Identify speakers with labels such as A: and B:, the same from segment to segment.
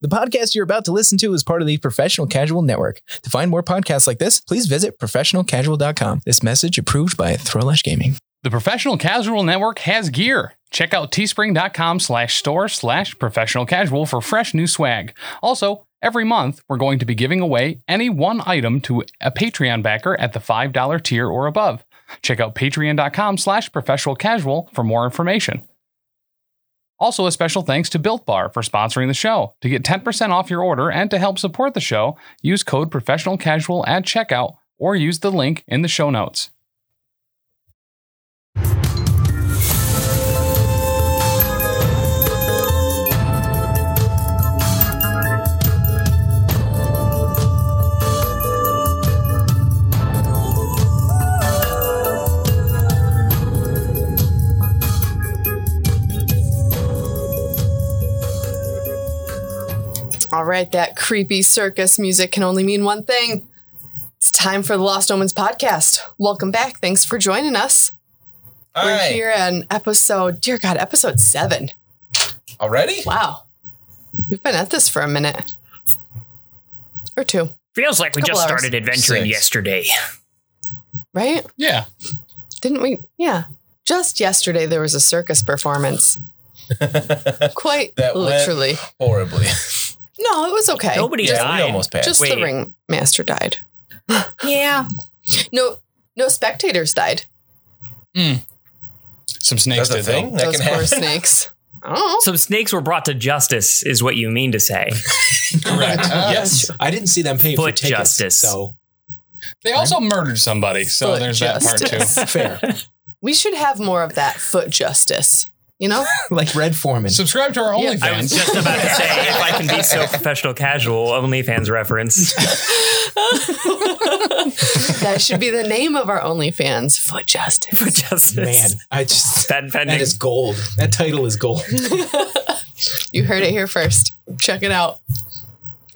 A: The podcast you're about to listen to is part of the Professional Casual Network. To find more podcasts like this, please visit professionalcasual.com. This message approved by Throwlash Gaming.
B: The Professional Casual Network has gear. Check out teespring.com slash store slash professional casual for fresh new swag. Also, every month, we're going to be giving away any one item to a Patreon backer at the $5 tier or above. Check out patreon.com slash professional casual for more information. Also, a special thanks to Built Bar for sponsoring the show. To get 10% off your order and to help support the show, use code professional casual at checkout or use the link in the show notes.
C: All right, that creepy circus music can only mean one thing. It's time for the Lost Omens podcast. Welcome back. Thanks for joining us.
D: All
C: We're
D: right.
C: here on episode, dear God, episode seven.
D: Already?
C: Wow. We've been at this for a minute or two,
E: Feels like we
C: Couple
E: just
C: hours.
E: started adventuring
D: Six.
E: yesterday.
C: right?
B: Yeah.
C: Didn't we? Yeah. Just yesterday, there was a circus performance. Quite
D: That went-
C: literally.
D: Horribly.
C: no, it was okay.
E: Nobody
D: yeah,
E: died.
D: we almost passed.
C: Just the
E: Wait.
C: ringmaster died.
E: Yeah.
C: No, no spectators died.
B: Some snakes
D: That's a
B: did though.
D: thing that
C: Those
D: can
C: poor
D: happen.
C: snakes. I don't know.
E: Some snakes were brought to justice, is what you mean to say.
B: Correct. yes.
F: I didn't see them pay for
E: Foot
F: tickets.
E: justice.
F: So
B: They also murdered somebody, so
C: Foot
B: there's that part too.
C: justice.
F: fair.
C: We should have more of that foot justice. You know?
F: like Red Foreman.
B: Subscribe to our
C: Yeah.
E: I was
B: OnlyFans.
E: just about to say, if I can be so professional casual, OnlyFans reference.
C: that should be the name of our OnlyFans. Foot justice.
E: Foot justice.
F: Man, I just
E: Patent pending.
F: that is gold. That title is gold.
C: You heard it here first. Check it out.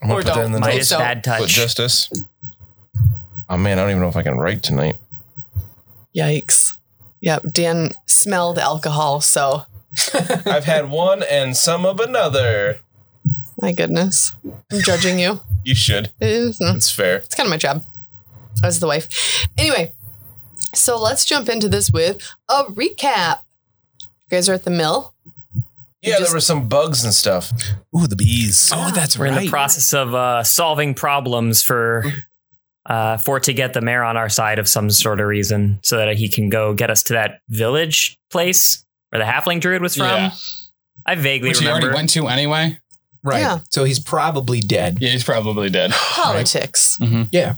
D: I'm gonna
C: Or
D: put that in the
C: don't.
D: notes.
E: Midas
C: so-
E: bad touch.
D: Foot justice. Oh man, I don't even know if I can write tonight.
C: Yikes. Yep. Dan smelled alcohol, so
D: I've had one and some of another.
C: my goodness. I'm judging you.
D: You should.
C: It is- mm,
D: It's fair.
C: It's kind of my job as the wife. Anyway, so let's jump into this with a recap. You guys are at the mill.
D: Yeah,
C: just-
D: there were some bugs and stuff.
F: Ooh, the bees. Oh, that's
E: We're in the process of uh, solving problems for uh, for to get the mayor on our side of some sort of reason, so that he can go get us to that village place where the halfling druid was from.
B: Yeah.
E: I vaguely
B: Which he
E: remember.
B: already went to anyway.
F: right.
C: Yeah.
F: So he's probably dead.
B: Yeah, he's probably dead.
C: Politics.
F: Yeah.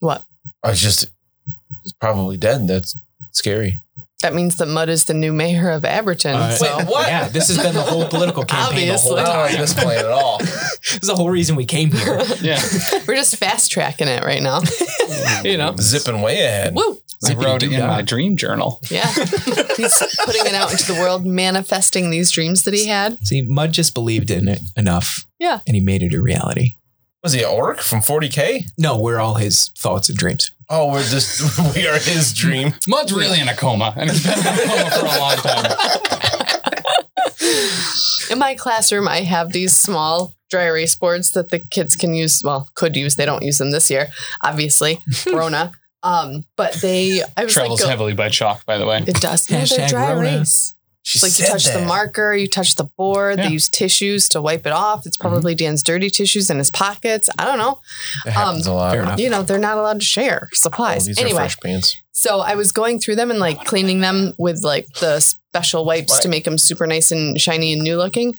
C: What?
D: I was just it's probably dead. That's scary.
C: That means that Mudd is the new mayor of Aberton.
F: Uh,
C: so
D: Wait, what?
F: Yeah, this has been the whole political campaign. The whole
D: I
C: Obviously.
D: don't
F: time.
D: like this plan at all.
F: This is the whole reason we came here.
B: Yeah.
C: we're just fast tracking it right now.
B: you know.
D: Zipping way ahead.
C: Woo!
B: I wrote it in
F: Zippity-doo-dah.
B: my dream journal.
C: Yeah. He's putting it out into the world, manifesting these dreams that he had.
F: See, Mud just believed in it enough.
C: Yeah.
F: And he made it a reality.
D: Was he an orc from 40k?
F: No, we're all his thoughts and dreams.
D: Oh, we're just we are his dream.
B: Mud's really in a coma, and it's been in a coma for a long time.
C: In my classroom, I have these small dry erase boards that the kids can use. Well, could use. They don't use them this year, obviously, Rona. Um, but they, I was
B: Travels
C: like, go-
B: heavily by chalk, by the way.
C: it does. No, they're
F: Hashtag
C: dry
F: Rona.
C: erase.
D: She
C: It's like you
D: said
C: touch the
D: that.
C: marker, you touch the board.
B: Yeah.
C: They use tissues to wipe it off. It's probably Dan's dirty tissues in his pockets. I don't know.
D: That happens a lot.
F: Fair enough.
C: You know, they're not allowed to share
D: Oh,
C: supplies.
D: these are
C: Um, anyway,
D: fresh pants.
C: so I was going through them and like cleaning them with like the special wipes to
D: Right.
C: make them super nice and shiny and new looking.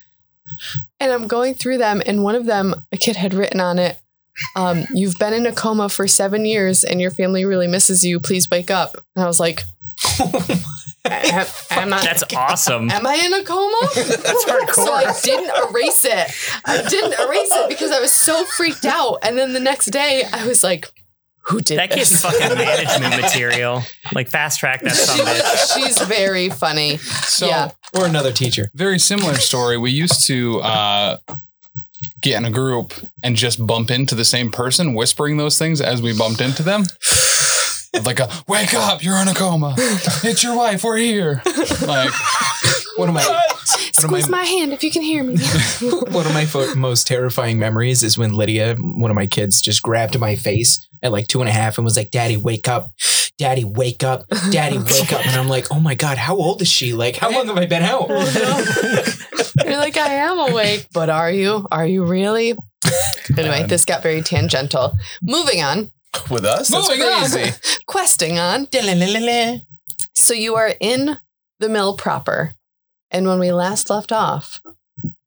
C: And I'm going through them, and one of them, a kid had written on it, um, "You've been in a coma for seven years, and your family really misses you. Please wake up." And I was like, I- I- "I'm not."
E: That's awesome.
C: Am I in a coma? That's hardcore. So I didn't erase it. I didn't erase it because I was so freaked out. And then the next day, I was like, "Who did
E: That
C: this?"
E: kid's fucking management material. Like fast track that some bitch.
C: She's very funny.
B: So
C: yeah.
F: Or another teacher.
B: very similar story. We used to uh, get in a group and just bump into the same person, whispering those things as we bumped into them. Like a wake up, you're in a coma. It's your wife, we're here. Like
F: One of my don't
C: Squeeze
F: mind-
C: my hand if you can hear me.
F: one of my fo- most terrifying memories is when Lydia, one of my kids, just grabbed my face at like two and a half and was like, "Daddy, wake up! Daddy, wake up! Daddy, wake up!" And I'm like, "Oh my god, how old is she? Like, how long have I been out?"
C: You're like, I am awake, but are you? Are you really? Anyway, this got very tangential. Moving on,
D: With us? That's
F: Moving on.
D: crazy.
C: questing on. So you are in the mill proper. And when we last left off,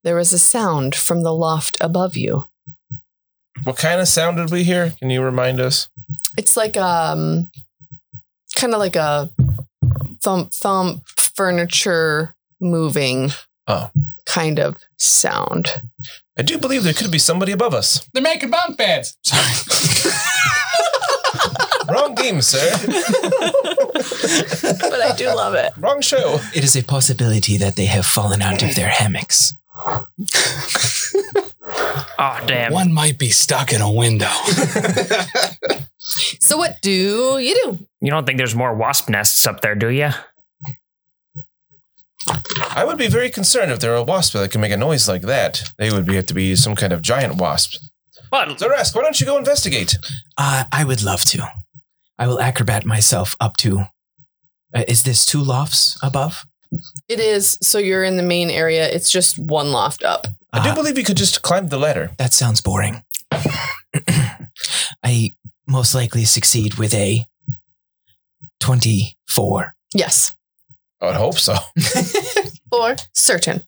C: there was a sound from the loft above you.
D: What kind of sound did we hear? Can you remind us?
C: It's like um kind of like a thump thump furniture moving
D: Oh.
C: kind of sound.
D: I do believe there could be somebody above us.
G: They're making bunk beds.
D: Wrong game, sir.
C: But I do love it.
D: Wrong show.
F: It is a possibility that they have fallen out of their hammocks.
E: Oh damn!
G: One might be stuck in a window.
C: So what do you do?
E: You don't think there's more wasp nests up there, do you?
D: I would be very concerned if there were a wasp that could make a noise like that. They would be, have to be some kind of giant wasp.
E: What?
D: Zarask, why don't you go investigate?
F: Uh, I would love to. I will acrobat myself up to. Uh, is this two lofts above?
C: It is. So you're in the main area. It's just one loft up.
D: I do
F: Uh,
D: believe you could just climb the ladder.
F: That sounds boring. I most likely succeed with a 24.
C: Yes,
D: I would hope so.
C: for certain.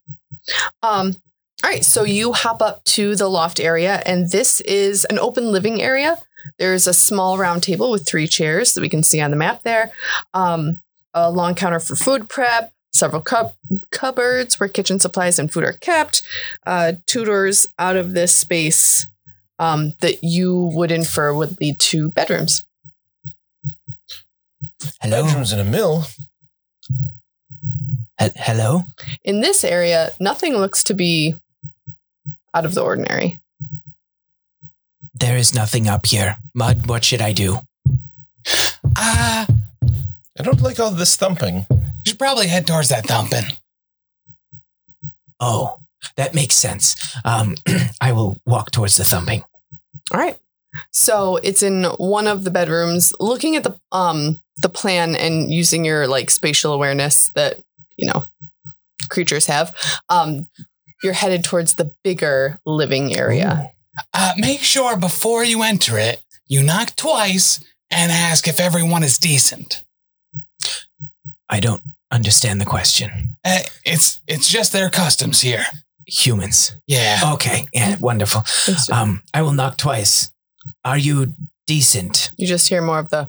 C: Um, all right. So you hop up to the loft area, and this is an open living area. There's a small round table with three chairs that we can see on the map there. Um, a long counter for food prep, several cup- cupboards where kitchen supplies and food are kept, uh, two doors out of this space um, that you would infer would lead to bedrooms.
F: Hello?
D: Bedrooms in a mill.
F: He- hello?
C: in this area, nothing looks to be out of the ordinary.
F: There is nothing up here. Mud, what should I do?
G: Ah, you
D: I don't like all this thumping.
G: should probably head towards that thumping.
F: Oh, that makes sense. Um, I will walk towards the thumping.
C: All right. So it's in one of the bedrooms. Looking at the um the plan and using your like spatial awareness that you know creatures have, um, you're headed towards the bigger living area.
F: Oh,
G: Uh, make sure before you enter it, you knock twice and ask if everyone is decent.
F: I don't understand the question.
G: Uh, it's it's just their customs here.
F: Humans.
C: Oh,
G: Yeah.
F: Okay, yeah, wonderful.
C: It's-
F: Um, I will knock twice. Are you decent?
C: You just hear more of the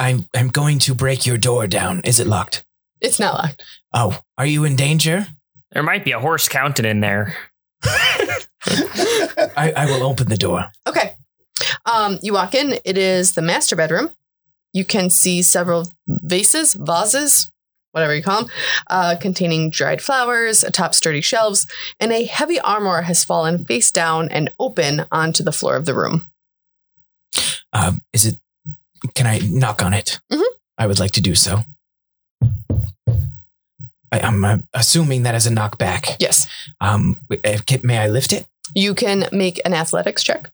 F: I'm I'm going to break your door down. Is it locked?
C: it's not locked.
F: Oh, are you in danger?
E: There might be a horse counted in there.
F: I, I will open the door.
C: Okay. Um, you walk in, it is the master bedroom. You can see several vases, vases, whatever you call them, uh, containing dried flowers atop sturdy shelves, and a heavy armor has fallen face down and open onto the floor of the room.
F: Um, is it? Can I knock on it?
C: Mhm.
F: I would like to do so. I, I'm uh, assuming that is a knockback.
C: Yes.
F: Um, eh, can- may I lift it?
C: You can make an athletics check.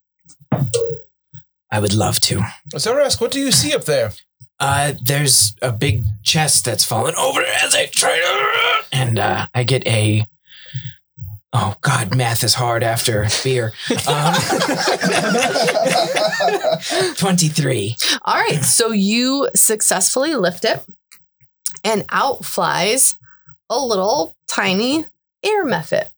F: I would love to.
D: Zarask, what do you see up there?
F: Uh, there's a big chest that's fallen over as I try to, and uh, I get a. Oh God, math is hard after beer. Um, Twenty-three.
C: All right. So you successfully lift it, and out flies a little tiny air method.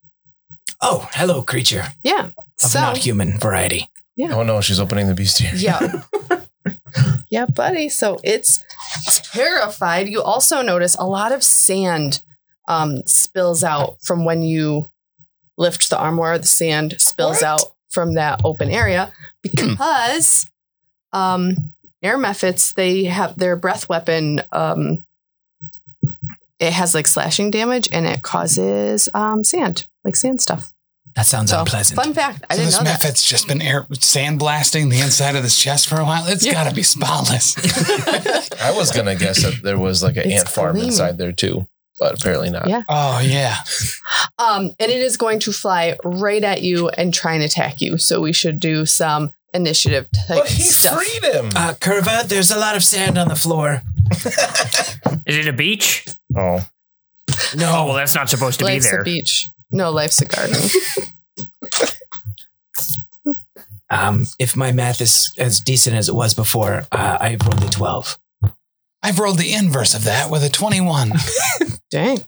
F: Oh, hello, creature
C: Yeah.
F: of not human variety.
D: Oh no, she's opening the bestiary.
C: Yeah. yeah, buddy. So it's terrified. You also notice a lot of sand um, spills out from when you lift the armoire. The sand spills out from that open area because um, air mephits, they have their breath weapon. Um, it has like slashing damage and it causes um, sand, like sand stuff.
F: That sounds
C: So,
F: unpleasant.
C: fun fact. I
G: so
C: didn't
G: this
C: know that.
G: method's just been air sandblasting the inside of this chest for a while. It's
C: Yeah.
G: got to be spotless.
D: I was gonna guess that there was like an
C: It's
D: ant farm
C: gleaming.
D: inside there too. but apparently not.
C: Yeah.
F: Oh yeah.
C: Um, and it is going to fly right at you and try and attack you. So we should do some initiative type
D: But he
C: stuff.
D: freed him.
F: Uh, Curva, there's a lot of sand on the floor.
E: Is it a beach?
D: oh.
E: Oh, well,
F: No.
E: that's not supposed to
C: Life's
E: be there.
C: a beach. No, life's a garden.
F: Um, if my math is as decent as it was before, uh, I rolled a twelve.
B: I've rolled the inverse of that with a 21.
C: Dang.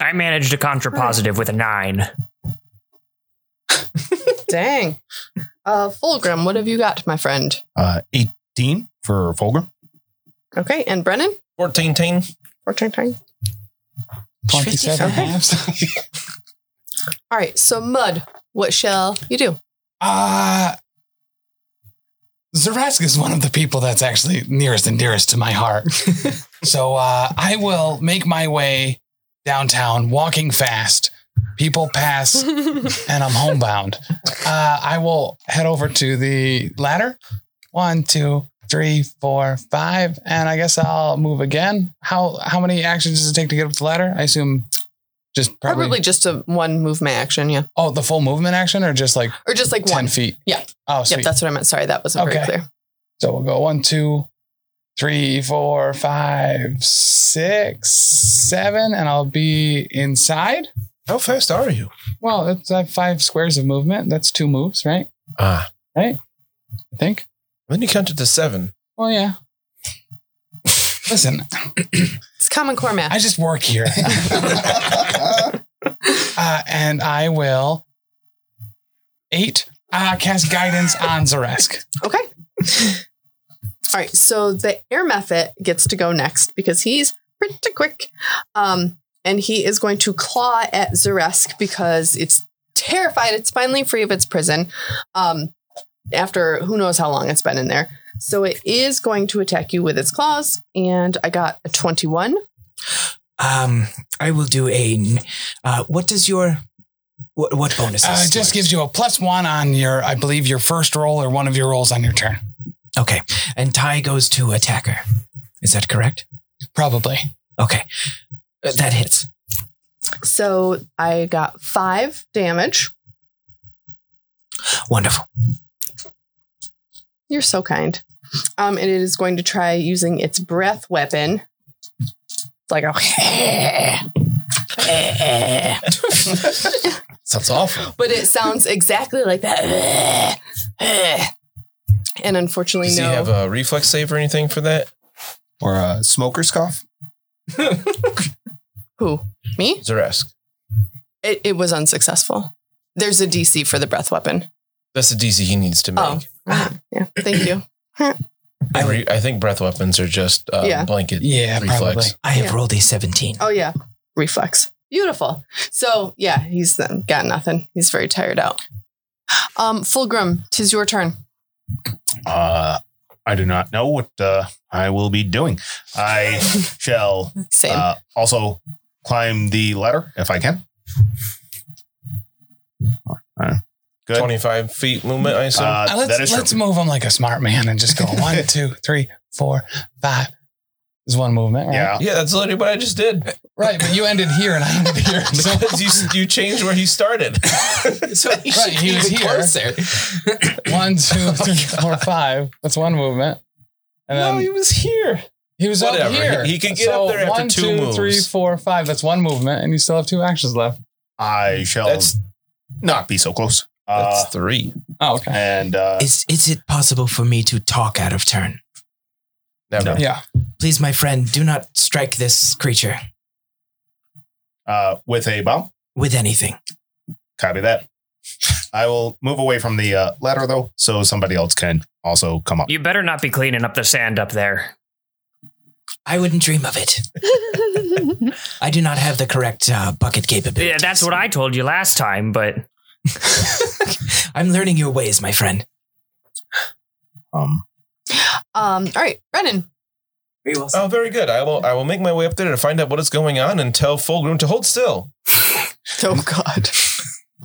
E: I managed a contrapositive with a nine.
C: Dang. Uh, Fulgrim, what have you got, my friend?
B: Uh, 18 for Fulgrim.
C: Okay. And Brennan?
D: 14 teen.
C: 14 time.
B: 27
C: Okay.
B: halves.
C: All right. So, Mud, what shall you do?
B: Uh, Zarask is one of the people that's actually nearest and dearest to my heart. so uh, I will make my way downtown, walking fast. People pass, and I'm homebound. Uh, I will head over to the ladder. One, two, three, four, five, and I guess I'll move again. How how many actions does it take to get up the ladder? I assume just probably.
C: Probably just a one movement action. Yeah.
B: oh, the full movement action, or just like
C: Or just like
B: ten
C: one.
B: feet.
C: Yeah.
B: Oh, sweet.
C: Yep. That's what I meant. Sorry. That wasn't very
B: Okay.
C: clear.
B: So we'll go one, two, three, four, five, six, seven, and I'll be inside.
D: How fast are you?
B: Well, it's uh, five squares of movement. That's two moves, right?
D: Ah.
B: I think.
D: Then you counted to seven.
B: Well, yeah. Listen,
C: It's common core math.
B: I just work here. uh, and I will eight uh, cast guidance on Zaresk.
C: Okay. All right. So the air method gets to go next because he's pretty quick. Um, and he is going to claw at Zuresk because it's terrified. It's finally free of its prison um, after who knows how long it's been in there. So it is going to attack you with its claws. And I got a 21.
F: Um, I will do a. Uh, what does your what what bonus?
B: Uh, it just gives you a plus one on your, I believe, your first roll or one of your rolls on your turn.
F: Okay, and Ty goes to attacker. Is that correct?
B: Probably.
F: Okay, Uh, that hits.
C: So I got five damage.
F: Wonderful.
C: You're so kind. Um, and it is going to try using its breath weapon. It's like a
D: Sounds awful.
C: but it sounds exactly like that. And unfortunately,
D: Does he have
C: no.
D: a reflex save or anything for that?
B: Or
H: uh,
B: a smoker's cough.
C: Who? Me?
D: Zaresk.
C: It, it was unsuccessful. There's a DC for the breath weapon.
D: That's the DC he needs to make.
C: Oh. Yeah. Thank you.
D: I, re- I think breath weapons are just uh,
C: Yeah.
D: blanket
B: Yeah, probably.
D: reflex.
F: I have
C: Yeah.
F: rolled a seventeen.
C: Oh, yeah. Reflex. Beautiful. So, yeah, he's um, got nothing. He's very tired out. Um, Fulgrim, tis your turn.
H: Uh, I do not know what uh, I will be doing. I shall
C: Same.
H: uh, also climb the ladder if I can. Uh, Good.
D: 25 feet movement, I assume.
H: Uh,
B: Uh, let's
H: that is
B: let's
H: true.
B: move them like a smart man and just go one, two, three, four, five. Is one movement, right?
H: Yeah.
D: yeah, that's literally what I just did.
B: Right, but you ended here and I ended here. So,
D: Because you, you changed where he started.
F: So
B: right, he was here. One, two, three, four, five. That's one movement. And then
D: Oh, no, he was here.
B: he was up
D: whatever.
B: here.
D: He- he can get up there after
B: one,
D: two
B: two,
D: moves.
B: three, four, five. That's one movement, and you still have two actions left.
H: I shall
D: That's,
H: not be so close. Uh,
D: that's three.
B: Oh, okay.
H: and uh,
F: Is is it possible for me to talk out of turn?
D: Never.
H: no.
B: Yeah.
F: Please, my friend, do not strike this creature
H: uh, with a bomb,
F: with anything.
H: copy that. I will move away from the uh, ladder though, so somebody else can also come up.
E: You better not be cleaning up the sand up there.
F: I wouldn't dream of it. I do not have the correct uh, bucket capability.
E: Yeah, that's what I told you last time, but
F: I'm learning your ways, my friend.
H: Um,
C: Um, all right, Brennan.
F: Very well
D: Oh, very good. I will. I will make my way up there to find out what is going on and tell Fulgrim to hold still.
C: Oh, God.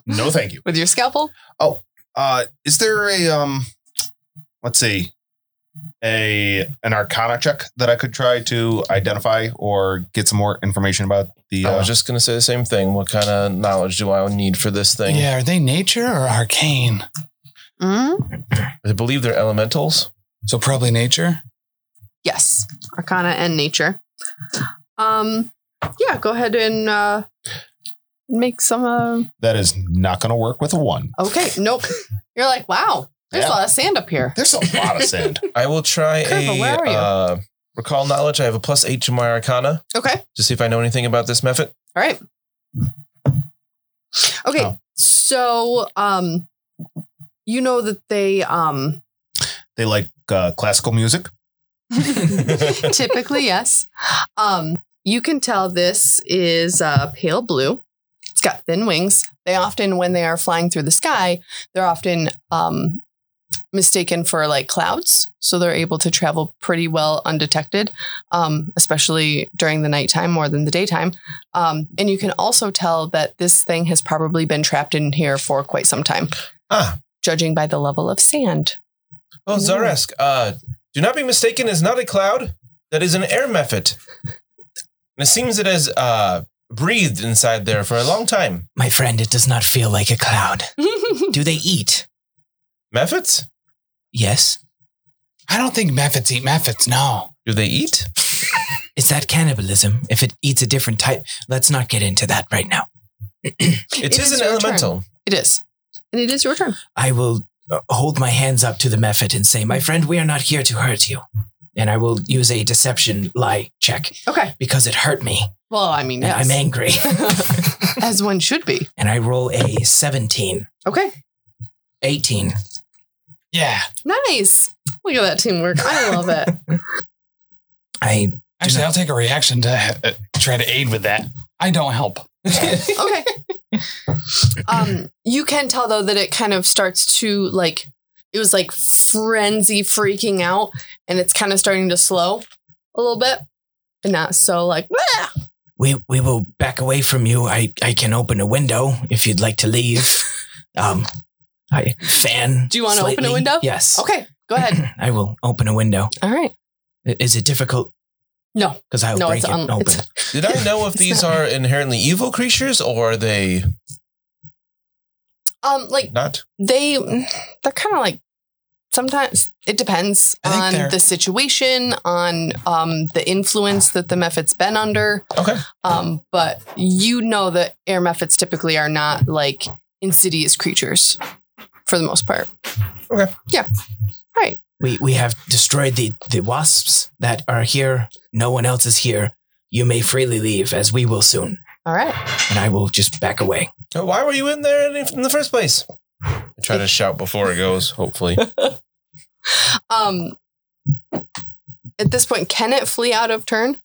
H: no, thank you.
C: With your scalpel?
H: Uh, is there a um? Let's see. a an Arcana check that I could try to identify or get some more information about the?
D: I
H: Uh,
D: was just gonna say the same thing. What kind of knowledge do I need for this thing?
B: Yeah, are they nature or arcane?
C: Mm?
D: I believe they're elementals.
B: So probably nature.
C: Yes, Arcana and Nature. Um, yeah, go ahead and uh, make some. Uh,
H: that is not going to work with a one.
C: okay, nope. You're like, wow, there's
H: Yeah.
C: a lot of sand up here.
H: There's a lot of sand.
D: I will try
C: Curva,
D: a
C: where are you?
D: uh, recall knowledge. I have a plus eight to my Arcana
C: Okay,
D: to see if I know anything about this method.
C: all right. Okay,
H: Oh.
C: so um, you know that they um
H: They like uh, classical music.
C: typically yes, um you can tell this is uh, pale blue. It's got thin wings. They often, when they are flying through the sky, they're often um, mistaken for like clouds. So they're able to travel pretty well undetected, um, especially during the nighttime more than the daytime. Um, and you can also tell that this thing has probably been trapped in here for quite some time.
D: Ah.
C: Judging by the level of sand.
D: Oh, Zaresk, uh, do not be mistaken, is not a cloud. That is an air method. And it seems it has uh, breathed inside there for a long time.
F: My friend, it does not feel like a cloud. Do they eat?
D: Mephits?
F: Yes.
B: I don't think mephits eat mephits. No.
D: Do they eat?
F: Is that cannibalism? If it eats a different type, let's not get into that right now.
D: it
C: It
D: is,
C: is
D: an
C: your turn.
D: elemental.
C: it is. And it is your turn.
F: I will uh, hold my hands up to the method and say, My friend, we are not here to hurt you. And I will use a deception lie check
C: Okay.
F: because it hurt me
C: Well, I mean,
F: and
C: yes.
F: I'm angry.
C: As one should be.
F: and I roll a 17,
C: Okay.
F: 18.
B: Yeah.
C: Nice. Look at that teamwork. I love it.
F: I
B: Actually, I'll take a reaction to uh, try to aid with that. I don't help.
C: okay. Um, you can tell though that it kind of starts to like it was like frenzy freaking out, and it's kind of starting to slow a little bit, but not so like. "Wah!"
F: we we will back away from you. I I can open a window if you'd like to leave. Um, I fan.
C: Do you wanna
F: slightly.
C: open a window?
F: Yes.
C: Okay, go ahead.
F: I will open a window.
C: All right.
F: I- Is it difficult?
C: No.
F: Because I will
C: No,
F: break
C: it's
F: it
C: un-
F: open.
C: it's-
D: Did I know if these are inherently evil creatures or are they
C: Um, like
D: not?
C: they, they're kind of like sometimes it depends
B: I think
C: on
B: they're-
C: the situation, on um the influence that the method's been under.
D: Okay.
C: Um, but you know that air methods typically are not like insidious creatures for the most part.
D: Okay.
C: Yeah. All right.
F: we we have destroyed the the wasps that are here. No one else is here. You may freely leave, as we will soon.
C: All right.
F: And I will just back away.
D: Oh, Why were you in there in in the first place? I try to shout before it goes, hopefully.
C: Um at this point, can it flee out of turn?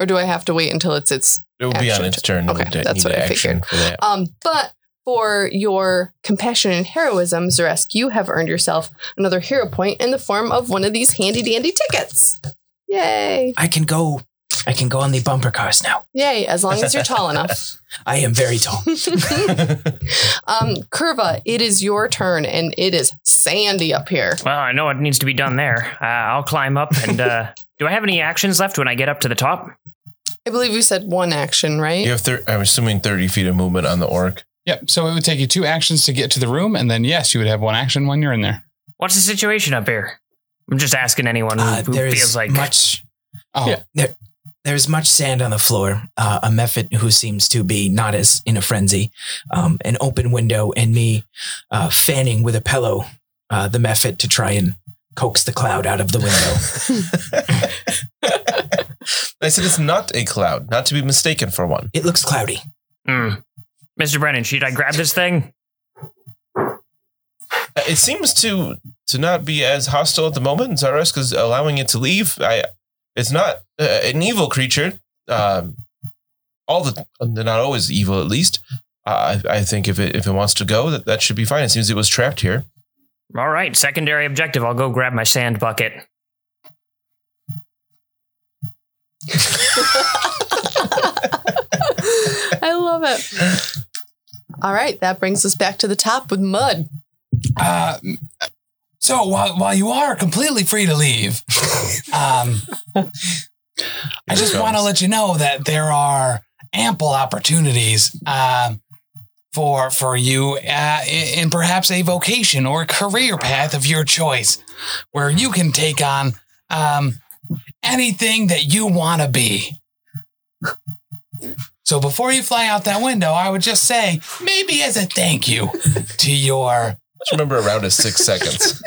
C: Or do I have to wait until it's its
D: It will be on
C: Action.
D: its turn.
C: Okay,
D: It would
C: that's
D: need
C: what I
D: action
C: figured.
D: for that.
C: um but for your compassion and heroism, Zaresk, you have earned yourself another hero point in the form of one of these handy dandy tickets. Yay.
F: I can go. I can go on the bumper cars now.
C: Yay, as long as you're tall enough.
F: I am very tall.
C: Um, Curva, it is your turn, and it is sandy up here.
E: Well, I know what needs to be done there. Uh, I'll climb up and. Uh, Do I have any actions left when I get up to the top?
C: I believe you said one action, right?
D: You have, thir- I'm assuming, 30 feet of movement on the orc.
B: Yep. So it would take you two actions to get to the room, and then yes, you would have one action when you're in there.
E: What's the situation up here? I'm just asking anyone who,
F: Uh,
E: who
F: there
E: feels
F: is
E: like
F: much
B: Oh,
F: Yeah. There's much sand on the floor. Uh, a mephit who seems to be not as in a frenzy. Um, an open window and me uh, fanning with a pillow uh, the mephit to try and coax the cloud out of the window.
D: I said it's not a cloud, not to be mistaken for one.
F: it looks cloudy.
E: Hmm. Mr. Brennan, should I grab this thing?
D: Uh, It seems to to not be as hostile at the moment. Zaresk is allowing it to leave. I, it's not uh, an evil creature. Um, all the they're not always evil, at least. Uh, I, I think if it if it wants to go, that, that should be fine. It seems it was trapped here.
E: All right, secondary objective. I'll go grab my sand bucket.
C: I love it.
F: Um,
C: All right, that brings us back to the top with mud.
B: Uh, So while, while you are completely free to leave, um, I just want to let you know that there are ample opportunities um, for for you uh, in, in perhaps a vocation or career path of your choice, where you can take on um, anything that you want to be. So before you fly out that window, I would just say maybe as a thank you to your
D: Just remember around is six seconds.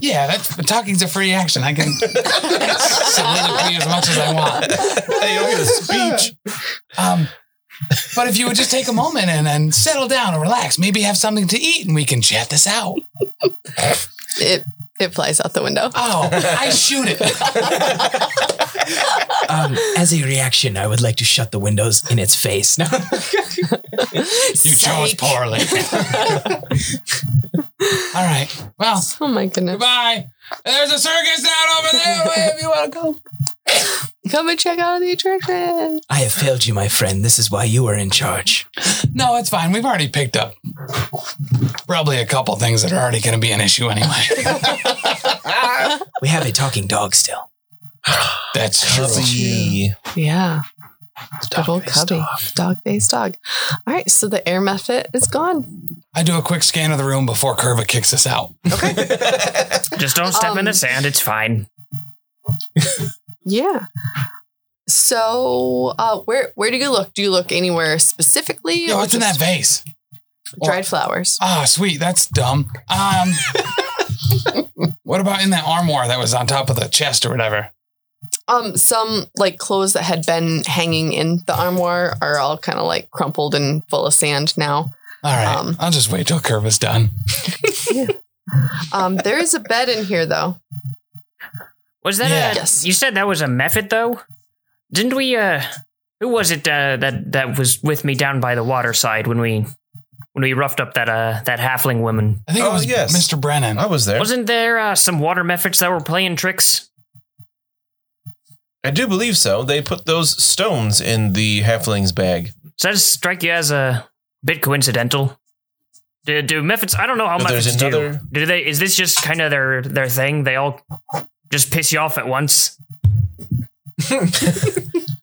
B: yeah. That's talking's a free action. I can soliloquy as much as I want.
D: hey, you'll get a speech.
B: Um, but if you would just take a moment and, and settle down and relax, maybe have something to eat and we can chat this out.
C: It it flies out the window.
B: Oh, I shoot it.
F: Um, as a reaction, I would like to shut the windows in its face. No.
B: You chose poorly. All right. Well,
C: Oh my goodness.
B: goodbye. There's a circus out over there. If you want to go.
C: Come and check out the attraction.
F: I have failed you, my friend. This is why you are in charge.
B: No, it's fine. We've already picked up probably a couple things that are already going to be an issue anyway.
F: We have a talking dog still.
B: That's true.
D: See.
C: Yeah. Good old cubby. Dog faced dog. All right. So the air method is gone.
B: I do a quick scan of the room before Curva kicks us out.
E: Just don't step in
C: Um,
E: the sand. It's fine.
C: Yeah. So uh, where where do you look? Do you look anywhere specifically?
B: Yo,
C: or
B: what's in that
C: just
B: vase?
C: dried flowers.
B: Ah, sweet. That's dumb. Um, what about in that armoire that was on top of the chest or whatever?
C: Um, some like clothes that had been hanging in the armoire are all kind of like crumpled and full of sand now.
B: All right.
C: Um,
B: I'll just wait till Curve is done.
C: Um, there is a bed in here though.
E: Was that
B: Yeah.
E: a?
C: Yes.
E: You said that was a method, though. Didn't we? Uh, who was it uh, that that was with me down by the waterside when we when we roughed up that uh that halfling woman?
B: I think it
D: Oh,
B: was
D: yes. Oh.
B: Mr. Brennan.
D: I was there.
E: Wasn't there uh, some water methods that were playing tricks?
D: I do believe so. They put those stones in the halfling's bag.
E: Does that strike you as a bit coincidental? Do, do methods? I don't know how
D: No, there's
E: methods do.
D: another-
E: Do they? Is this just kind of their their thing? They all just piss you off at once.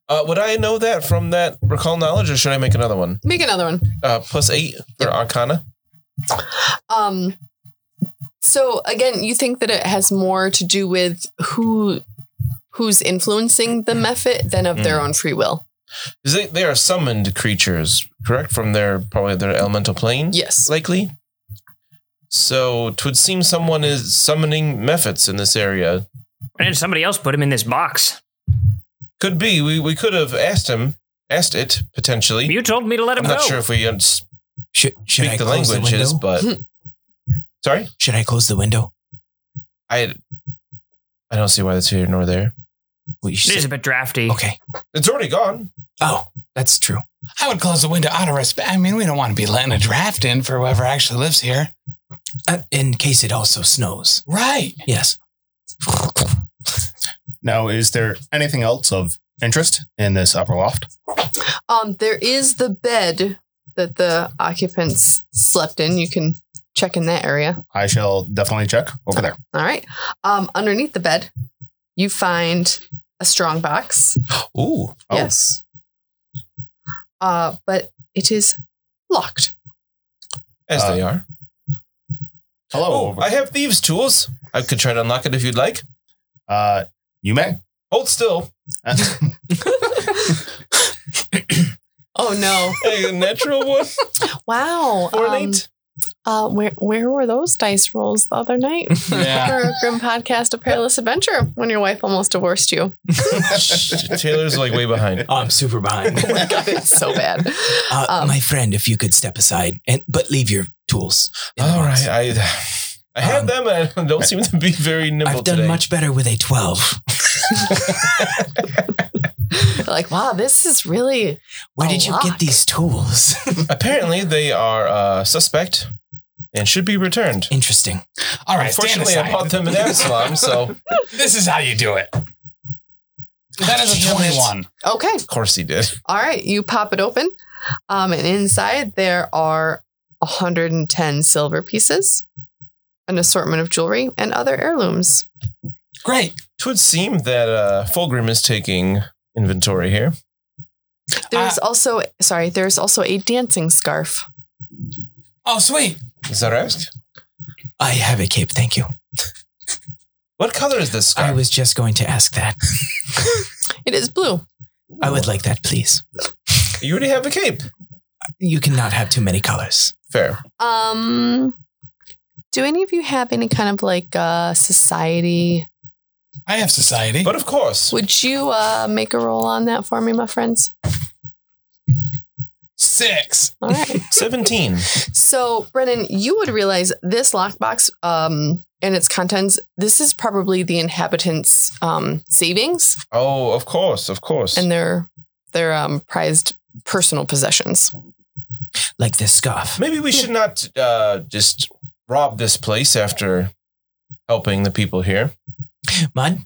D: Uh, would I know that from that recall knowledge, or should I make another one?
C: Make another one.
D: Uh, plus eight for Arcana.
C: Um, so again, you think that it has more to do with who who's influencing the method than of their own free will.
D: Is they, they are summoned creatures, correct? From their probably their elemental plane,
C: Yes.
D: likely. So it would seem someone is summoning mephits in this area.
E: And then somebody else put him in this box.
D: Could be. We we could have asked him, asked it potentially.
E: You told me to let him
D: I'm not
E: go.
D: sure if we un- speak
F: Should, should I
D: the
F: close the
D: languages,
F: window?
D: but sorry,
F: should I close the window?
D: I I don't see why that's here nor there.
F: Well, you
E: It is a
F: should-
E: bit drafty.
F: okay.
D: It's already gone.
F: Oh, that's true.
B: I would close the window out of respect. I mean, we don't want to be letting a draft in for whoever actually lives here.
F: Uh, in case it also snows.
B: Right.
F: Yes.
H: Now, is there anything else of interest in this upper loft?
C: Um, there is the bed that the occupants slept in. You can check in that area.
H: I shall definitely check over there.
C: All right. Um, underneath the bed, you find a strong box.
D: Ooh,
H: Oh.
C: Yes. Uh, but it is locked.
D: as
H: Uh,
D: they are.
H: Hello.
D: Oh, I have thieves' tools. I could try to unlock it if you'd like.
H: uh, you may.
D: Hold still.
H: Uh,
C: Oh no!
D: Hey, a natural one.
C: Wow.
D: Four
C: Um,
D: late.
C: Uh, where where were those dice rolls the other night?
B: Yeah.
C: for Grim Podcast, A Perilous Adventure, when your wife almost divorced you.
D: Taylor's like way behind.
F: Oh, I'm super behind.
C: Oh my God, it's so bad.
F: Uh,
C: Um,
F: my friend, if you could step aside and but leave your tools. in the
D: All
F: box.
D: right, I I had
F: Um,
D: them and I don't seem to be very nimble
F: I've done
D: today.
F: much better with a twelve.
C: Like, wow, this is really
F: Where
C: A
F: did you
C: lock.
F: get these tools?
D: Apparently, they are uh, suspect and should be returned.
F: Interesting.
B: All right. Stand
D: Unfortunately, I
B: aside.
D: bought them in Absalom, so of
B: This is how you do it. That is a
D: Damn it.
B: 21.
C: okay.
D: course he did.
C: All right, you pop it open, um, and inside there are 110 silver pieces, an assortment of jewelry and other heirlooms.
B: Great.
D: It would seem that uh, Fulgrim is taking inventory here.
C: There's also sorry, there's also a dancing scarf.
B: Oh, sweet.
D: Zaresk,
F: I have a cape, thank you.
D: what color is this
F: I
D: scarf?
F: was just going to ask that.
C: It is blue.
F: I would like that, please.
D: you already have a cape.
F: You cannot have too many colors.
D: Fair.
C: Um do any of you have any kind of like uh society?
B: I have society.
D: But of course,
C: Would you uh make a roll on that for me, my friends?
B: Six.
C: All right.
D: 17.
C: So, Brennan, you would realize this lockbox um, and its contents, this is probably the inhabitants' um, savings
D: Oh, of course, of course.
C: and their their um, prized personal possessions.
F: Like this scarf.
D: Maybe we should not uh, just rob this place after helping the people here.
F: Mud?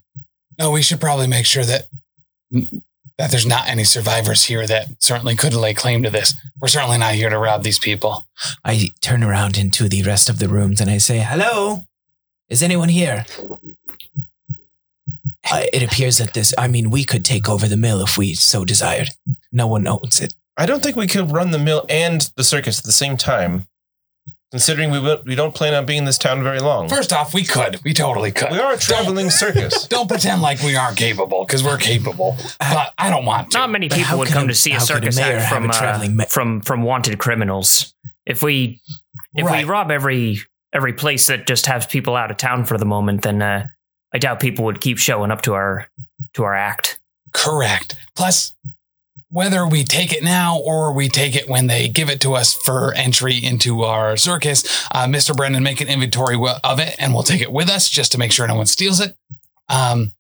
B: No, we should probably make sure that that there's not any survivors here that certainly could lay claim to this. We're certainly not here to rob these people.
F: I turn around into the rest of the rooms and I say, Hello? Is anyone here? Uh, it appears that this, I mean, we could take over the mill if we so desired. No one owns it.
D: I don't think we could run the mill and the circus at the same time, considering we will, we don't plan on being in this town very long.
B: First off, we could. We totally could.
D: we are a traveling circus.
B: Don't pretend like we aren't capable, because we're capable. But I don't want to.
E: Not many
F: But how
E: people would
F: could
E: come
F: a-
E: to see a
F: how could a
E: circus
F: mayor
E: act
F: have
E: from
F: a traveling
E: uh,
F: ma-
E: from from wanted criminals. If we if
B: Right.
E: we rob every every place that just has people out of town for the moment, then uh, I doubt people would keep showing up to our to our act.
B: Correct. Plus, whether we take it now or we take it when they give it to us for entry into our circus, uh, Mr. Brendan make an inventory wi- of it, and we'll take it with us just to make sure no one steals it. Um,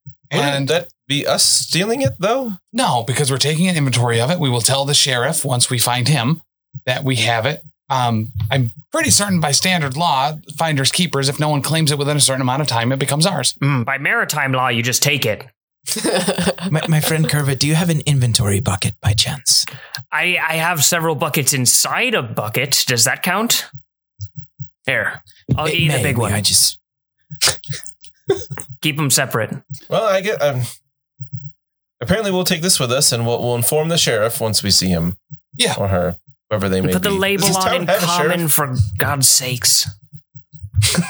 D: Wouldn't
B: and
D: that be us stealing it, though?
B: no, because we're taking an inventory of it, we will tell the sheriff once we find him that we have it. Um, I'm pretty certain by standard law, finders keepers. If no one claims it within a certain amount of time, it becomes ours.
E: Mm, by maritime law, you just take it.
F: My, my friend Curva, do you have an inventory bucket by chance?
E: I I have several buckets inside a bucket. Does that count? There, I'll
F: It
E: get you the
F: may
E: big
F: be,
E: one.
F: I just,
E: Keep them separate.
D: Well, I get. Um, apparently, we'll take this with us, and we'll, we'll inform the sheriff once we see him.
B: Yeah.
D: or her, whoever they may
E: Put the
D: be. Does
E: label
D: this
E: on
D: town
E: in
D: have a sheriff?
E: common, for God's sakes.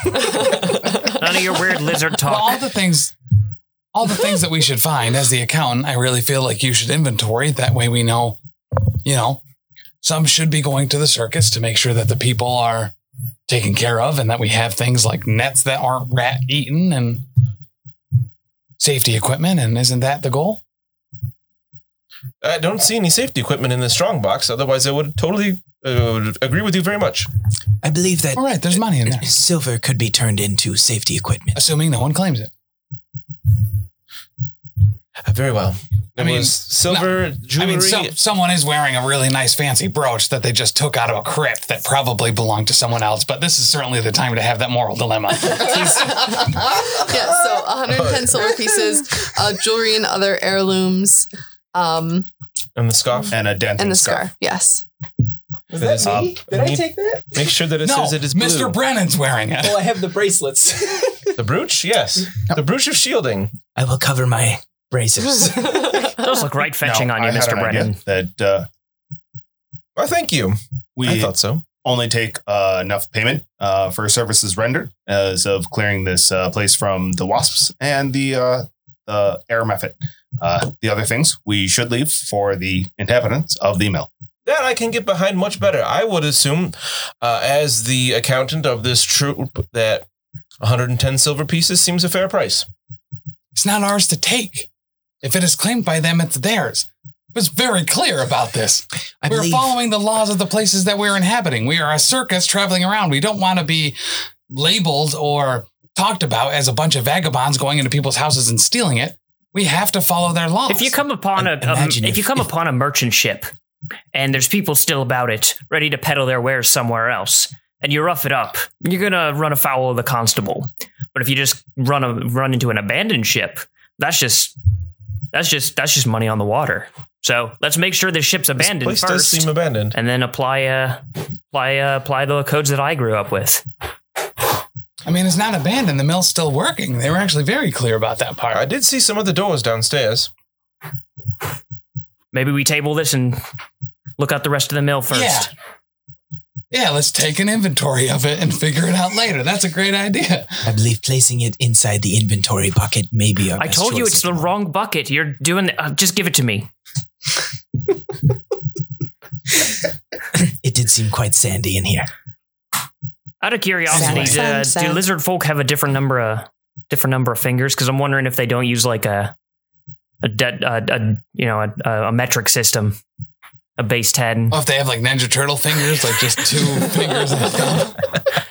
E: None of your weird lizard
B: Well, all
E: talk.
B: the things, all the things that we should find as the accountant, I really feel like you should inventory. That way, we know, you know, some should be going to the circus to make sure that the people are taken care of, and that we have things like nets that aren't rat eaten and safety equipment. And isn't that the goal?
D: I don't see any safety equipment in this strongbox. Otherwise, I would totally uh, would agree with you very much.
F: I believe that
B: All right, there's money in there,
F: silver could be turned into safety equipment.
B: assuming no one claims it.
D: Uh, very well.
B: I
D: It
B: mean,
D: was silver
B: I
D: jewelry.
B: mean, some, someone is wearing a really nice fancy brooch that they just took out of a crypt that probably belonged to someone else. But this is certainly the time to have that moral dilemma.
C: yeah, so 110 silver pieces, uh, jewelry and other heirlooms, um,
D: and the scarf.
H: and a dent
C: and
H: in
C: the
H: scarf.
C: scarf. Yes.
D: Is that me? Did I take that? Make sure that it says it is blue.
B: Mr. Brennan's wearing it.
F: Well, I have the bracelets.
D: the brooch, yes. The brooch of shielding.
F: I will cover my bracers.
E: Those look right fetching
H: Now,
E: on you,
H: I had
E: Mr.
H: an idea
E: Brennan.
H: That uh,
D: Oh, thank you. I
H: we
D: thought so.
H: only take uh, enough payment uh, for services rendered as of clearing this uh, place from the wasps and the uh, the air method. Uh, the other things we should leave for the inhabitants of the mill.
D: That I can get behind much better. I would assume, uh, as the accountant of this troop, that 110 silver pieces seems a fair price.
B: It's not ours to take. If it is claimed by them, it's theirs. It was very clear about this.
F: I
B: we're
F: believe
B: following the laws of the places that we're inhabiting. We are a circus traveling around. We don't want to be labeled or talked about as a bunch of vagabonds going into people's houses and stealing it. We have to follow their laws.
E: If you come upon a, a-
F: Imagine
E: if
F: if-
E: you come
F: if-
E: upon a merchant ship, and there's people still about it, ready to peddle their wares somewhere else, and you rough it up, you're gonna run afoul of the constable. But if you just run a, run into an abandoned ship, that's just that's just that's just money on the water. So let's make sure the ship's abandoned
D: this place
E: first,
D: does seem abandoned.
E: and then apply uh, apply uh, apply the codes that I grew up with.
B: I mean, it's not abandoned. The mill's still working. They were actually very clear about that part.
D: I did see some of the doors downstairs.
E: Maybe we table this and look out the rest of the mill first.
B: Yeah. Yeah, let's take an inventory of it and figure it out later. That's a great idea.
F: I believe placing it inside the inventory bucket may be our
E: I
F: best
E: told you
F: choice
E: it's
F: at
E: the
F: the moment.
E: wrong bucket. You're doing. Uh, just give it to me.
F: It did seem quite sandy in here.
E: Out of curiosity, uh,
C: Sound,
E: do,
C: sound,
E: do
C: sound.
E: lizard folk have a different number of different number of fingers? Because I'm wondering if they don't use like a a, de- a, a you know a, a metric system, a base ten.
B: Oh, if they have like Ninja Turtle fingers, like just two fingers. and a thumb.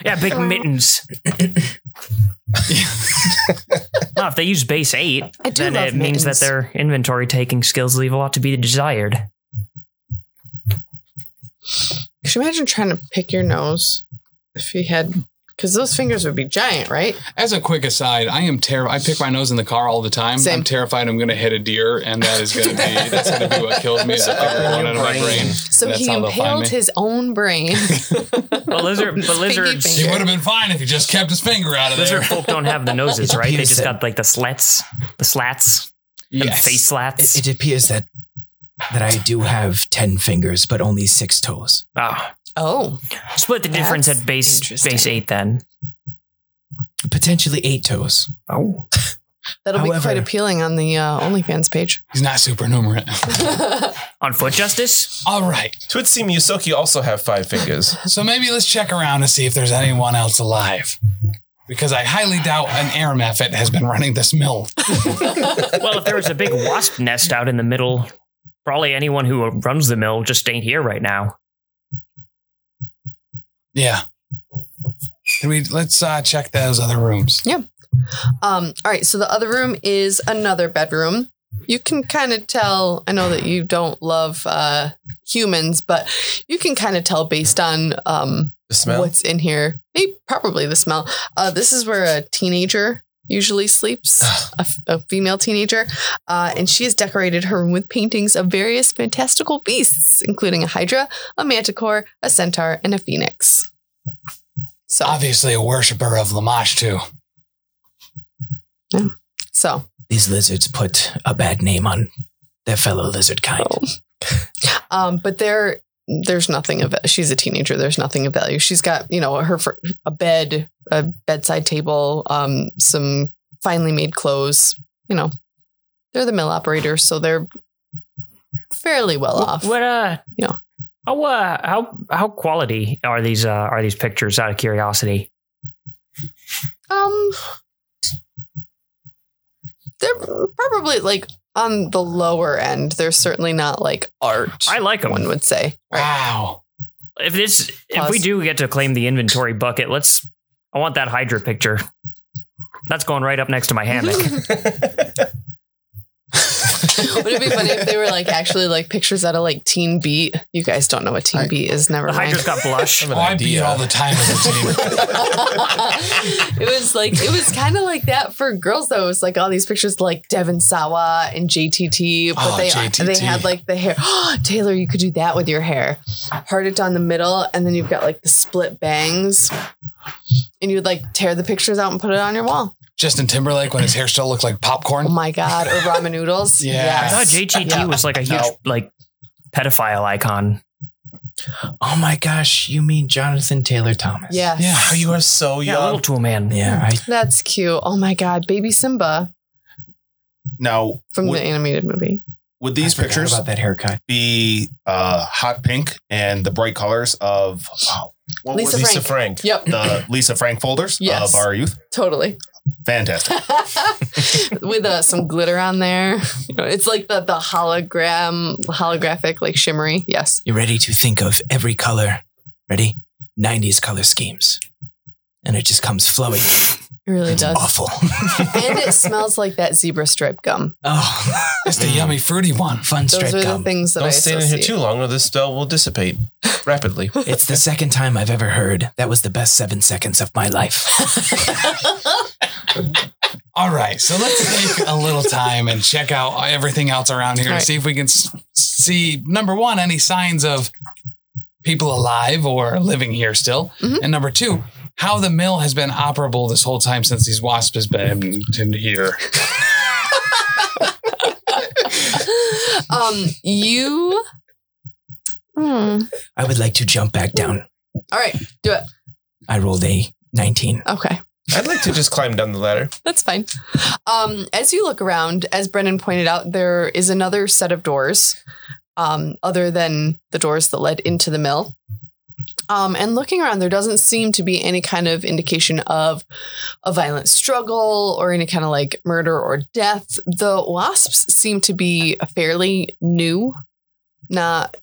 E: Yeah, big mittens. well, if they use base eight,
C: I do
E: then
C: love
E: it means that
C: mittens.
E: their inventory taking skills leave a lot to be desired.
C: Could you imagine trying to pick your nose if you had? Because those fingers would be giant, right?
B: As a quick aside, I am terrified. I pick my nose in the car all the time. I'm
C: Same.
B: terrified I'm going to hit a deer, and that is going to be that's going to be what kills me. Is if I
D: Oh,
B: pick one out of my
D: brain.
B: brain.
C: So
B: That's
C: he
B: how they'll find
C: impaled
B: me.
C: his own brain.
E: But lizard, but lizards,
C: finger.
B: He would have been fine if he just kept his finger out of there.
E: lizard folk don't have the noses, right? They just
F: Piercing.
E: got like the slats, the slats, the face slats.
F: It, it appears that that I do have ten fingers, but only six toes.
E: Ah,
C: oh,
E: split the difference
C: That's
E: at base
C: interesting.
E: base eight then.
F: Potentially eight toes.
E: Oh,
C: that'll be
F: However-
C: quite appealing on the uh, OnlyFans page.
B: He's not supernumerate.
E: on foot justice.
B: All right,
D: Twitsy Musoki also have five fingers.
B: so maybe let's check around and see if there's anyone else alive. Because I highly doubt an air method has been running this mill.
E: Well, if there was a big wasp nest out in the middle, probably anyone who runs the mill just ain't here right now.
B: Yeah. Can we let's uh, check those other rooms?
C: Um, all right, so the other room is another bedroom. You can kind of tell, I know that you don't love uh, humans, but you can kind of tell based on um,
D: The smell.
C: what's in here. Maybe probably the smell. Uh, this is where a teenager usually sleeps, a, f- a female teenager, uh, and she has decorated her room with paintings of various fantastical beasts, including a hydra, a manticore, a centaur, and a phoenix. So,
B: Obviously, a worshiper of Lamash too.
C: so
F: These lizards put a bad name on their fellow lizard kind.
B: Oh.
C: Um, but there, there's nothing of. She's a teenager. There's nothing of value. She's got you know her fir- a bed, a bedside table, um, some finely made clothes. You know, they're the mill operators, so they're fairly well off.
E: What uh,
C: You know.
E: how uh, how how quality are these uh, are these pictures? Out of curiosity,
C: Um, they're probably like on the lower end. They're certainly not like art.
E: I like them.
C: one would say.
B: Wow.
E: if this if
C: Pause.
E: we do get to claim the inventory bucket, let's I want that Hydra picture. That's going right up next to my hammock.
C: Would it Oh, be funny if they were like actually like pictures out of like Teen Beat? You guys don't know what Teen Beat is. Never
E: the
C: mind.
E: Hydra's got blush.
B: Oh, I beat all the time as a team.
C: it was like it was kind of like that for girls though. It was like all these pictures like Devin Sawa and JTT, but
B: Oh,
C: they
B: JTT.
C: they had like the hair. Taylor, you could do that with your hair, part it down the middle, and then you've got like the split bangs, and you'd like tear the pictures out and put it on your wall.
B: Justin Timberlake when his hair still looked like popcorn.
C: Oh my god, or ramen noodles.
B: Yeah.
E: I
C: Yes.
E: thought JGT was like a huge like pedophile icon.
F: Oh my gosh, you mean Jonathan Taylor Thomas?
C: Yes.
B: Yeah.
D: Oh, you are so
E: Yeah, a little
D: young.
E: tool man.
F: Yeah, I
C: That's cute. Oh my god, baby Simba
H: Now,
C: from
H: would,
C: the animated movie.
H: would these
F: forgot
H: pictures
F: about that haircut.
H: be uh, hot pink and the bright colors of wow, what
C: Lisa
H: was
D: Lisa Frank.
C: Yep,
H: the Lisa Frank folders
C: Yes.
H: of our youth?
C: totally.
H: Fantastic.
C: With uh, some glitter on there. You know, it's like the the hologram holographic like shimmery. Yes.
F: You're ready to think of every color. Ready? 90s color schemes. And it just comes flowing.
C: It really does.
F: Awful.
C: and it smells like that zebra stripe gum.
F: Oh,
B: It's
H: Mm.
B: the yummy fruity one.
F: fun
C: Those
F: strip
C: are
F: gum.
C: the things that I
D: Don't stay in here
C: associate.
D: too long, or this spell will dissipate rapidly.
F: It's the second time I've ever heard. That was the best seven seconds of my life.
B: All right, so let's take a little time and check out everything else around here
C: All
B: and
C: right.
B: see if we can s- see number one any signs of people alive or living here still,
C: Mhm.
B: and number two how the mill has been operable this whole time since these wasps has been in here.
C: um, you. Hmm.
F: I would like to jump back down.
C: All right, do it.
F: I rolled a 19.
C: Okay.
D: I'd like to just climb down the ladder.
C: That's fine. Um, as you look around, as Brennan pointed out, there is another set of doors, um, other than the doors that led into the mill. Um, and looking around, there doesn't seem to be any kind of indication of a violent struggle or any kind of like murder or death. The wasps seem to be fairly new. Not,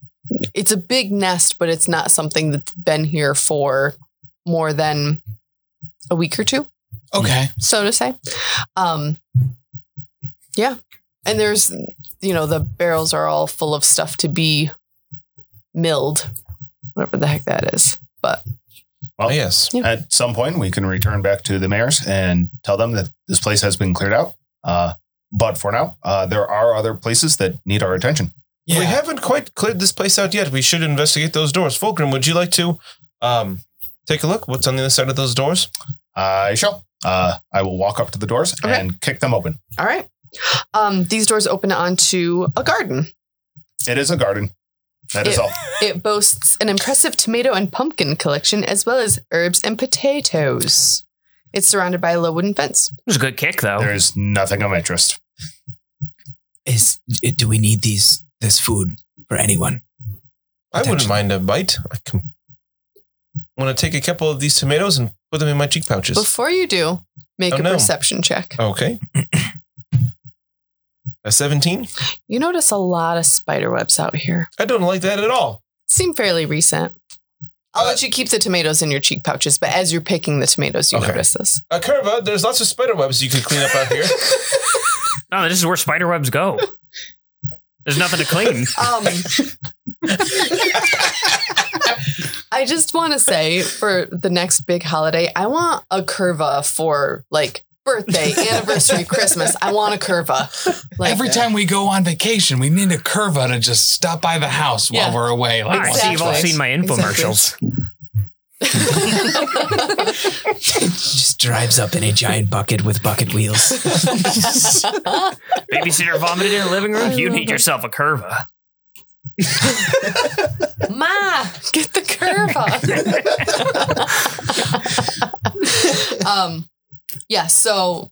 C: it's a big nest, but it's not something that's been here for more than a week or two
B: Okay.
C: so to say. Um, yeah. And there's, you know, the barrels are all full of stuff to be milled, whatever the heck that is. But
H: Well,
D: yes.
H: At some point, we can return back to the mayors and tell them that this place has been cleared out. Uh, but for now, uh, there are other places that need our attention.
D: We haven't quite cleared this place out yet. We should investigate those doors. Fulgrim, would you like to um, take a look? What's on the other side of those doors?
H: I shall. Uh, I will walk up to the doors
C: Okay.
H: and kick them open.
C: all right. Um, these doors open onto a garden.
H: It is a garden. That is
C: Ew.
H: all.
C: It boasts an impressive tomato and pumpkin collection, as well as herbs and potatoes. It's surrounded by a low wooden fence.
E: was a good kick, though.
H: There is nothing of interest.
F: Is do we need these this food for anyone?
D: I wouldn't
F: Potentially.
D: mind a bite. I can want to take a couple of these tomatoes and put them in my cheek pouches.
C: Before you do, make
D: Oh,
C: a
D: no.
C: perception check.
D: okay. a 17?
C: You notice a lot of spider webs out here.
D: I don't like that at all.
C: seem fairly recent. I'll
D: Uh,
C: let you keep the tomatoes in your cheek pouches, but as you're picking the tomatoes, you
D: Okay.
C: notice this.
D: Uh, Curva, there's lots of spider webs you could clean up out here.
E: No, this is where spider webs go. There's nothing to clean.
C: Um, I just want to say for the next big holiday, I want a curva for like birthday, anniversary, Christmas. I want a curva. Like
B: Every time we go on vacation, we need a curva to just stop by the house while
C: Yeah.
B: we're away.
E: I
B: Like,
E: see you've all
C: Exactly.
E: seen my infomercials.
F: Just drives up in a giant bucket with bucket wheels.
E: Babysitter vomited in the living room. You need yourself a curva.
C: Ma, get the curva. um, yeah. So,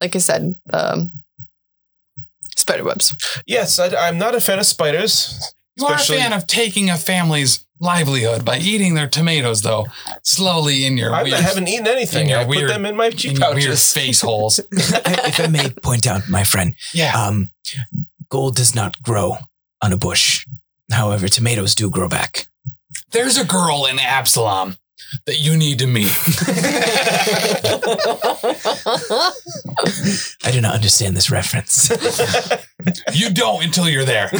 C: like I said, um, spider webs.
D: yes, I, I'm not a fan of spiders.
B: you are a
D: Especially-
B: fan of taking a family's livelihood by eating their tomatoes, though, slowly in your
D: I
B: weird,
D: haven't eaten anything.
B: Yeah,
D: I put
B: weird-
D: them in my
B: in
D: cheek
B: your weird
D: pouches.
B: face holes.
F: I- if I may point out, my friend,
B: Yeah.
F: um, gold does not grow on a bush. However, tomatoes do grow back.
B: There's a girl in Absalom that you need to meet.
F: I do not understand this reference.
B: You don't until you're there.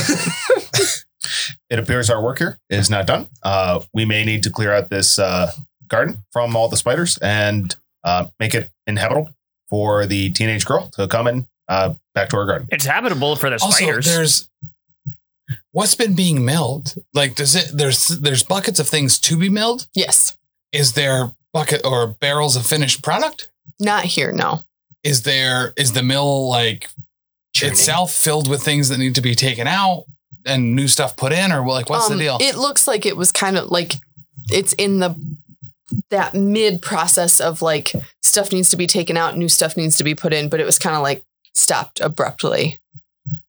H: It appears our work here is not done. Uh, we may need to clear out this uh, garden from all the spiders and uh, make it inhabitable for the teenage girl to come in uh, back to our garden.
E: It's habitable for the
B: also,
E: spiders.
B: there's what's been being milled. Like, does it? There's there's buckets of things to be milled.
C: yes.
B: Is there bucket or barrels of finished product?
C: Not here. No.
B: Is there is the mill like
F: Churning.
B: itself filled with things that need to be taken out and new stuff put in, or like what's
C: Um,
B: the deal?
C: It looks like it was kind of like it's in the that mid process of like stuff needs to be taken out, new stuff needs to be put in, but it was kind of like stopped abruptly.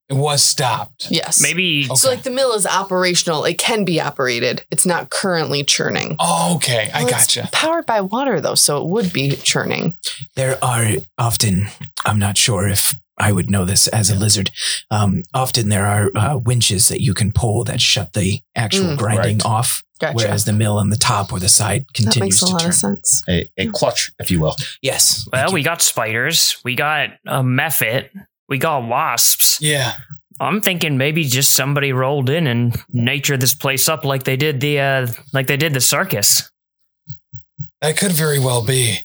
B: It was stopped.
C: Yes.
E: Maybe
B: Oh.
C: So
B: Okay.
C: like the mill is operational. It can be operated. It's not currently churning.
B: Oh, okay, I
C: Well, it's
B: gotcha.
C: Powered by water though, so it would be churning.
F: There are often, I'm not sure if I would know this as a lizard, um, often there are uh, winches that you can pull that shut the actual
C: Mm.
F: grinding
H: Right.
F: off,
C: Gotcha.
F: whereas the mill on the top or the side
C: that
F: continues
C: makes a
F: to
C: lot
F: turn.
C: of sense.
H: A, a clutch, if you will.
F: Yes.
E: Well, we got spiders. We got a mephit. We got wasps.
B: Yeah,
E: I'm thinking maybe just somebody rolled in and natured this place up like they did the uh, like they did the circus.
B: that could very well be.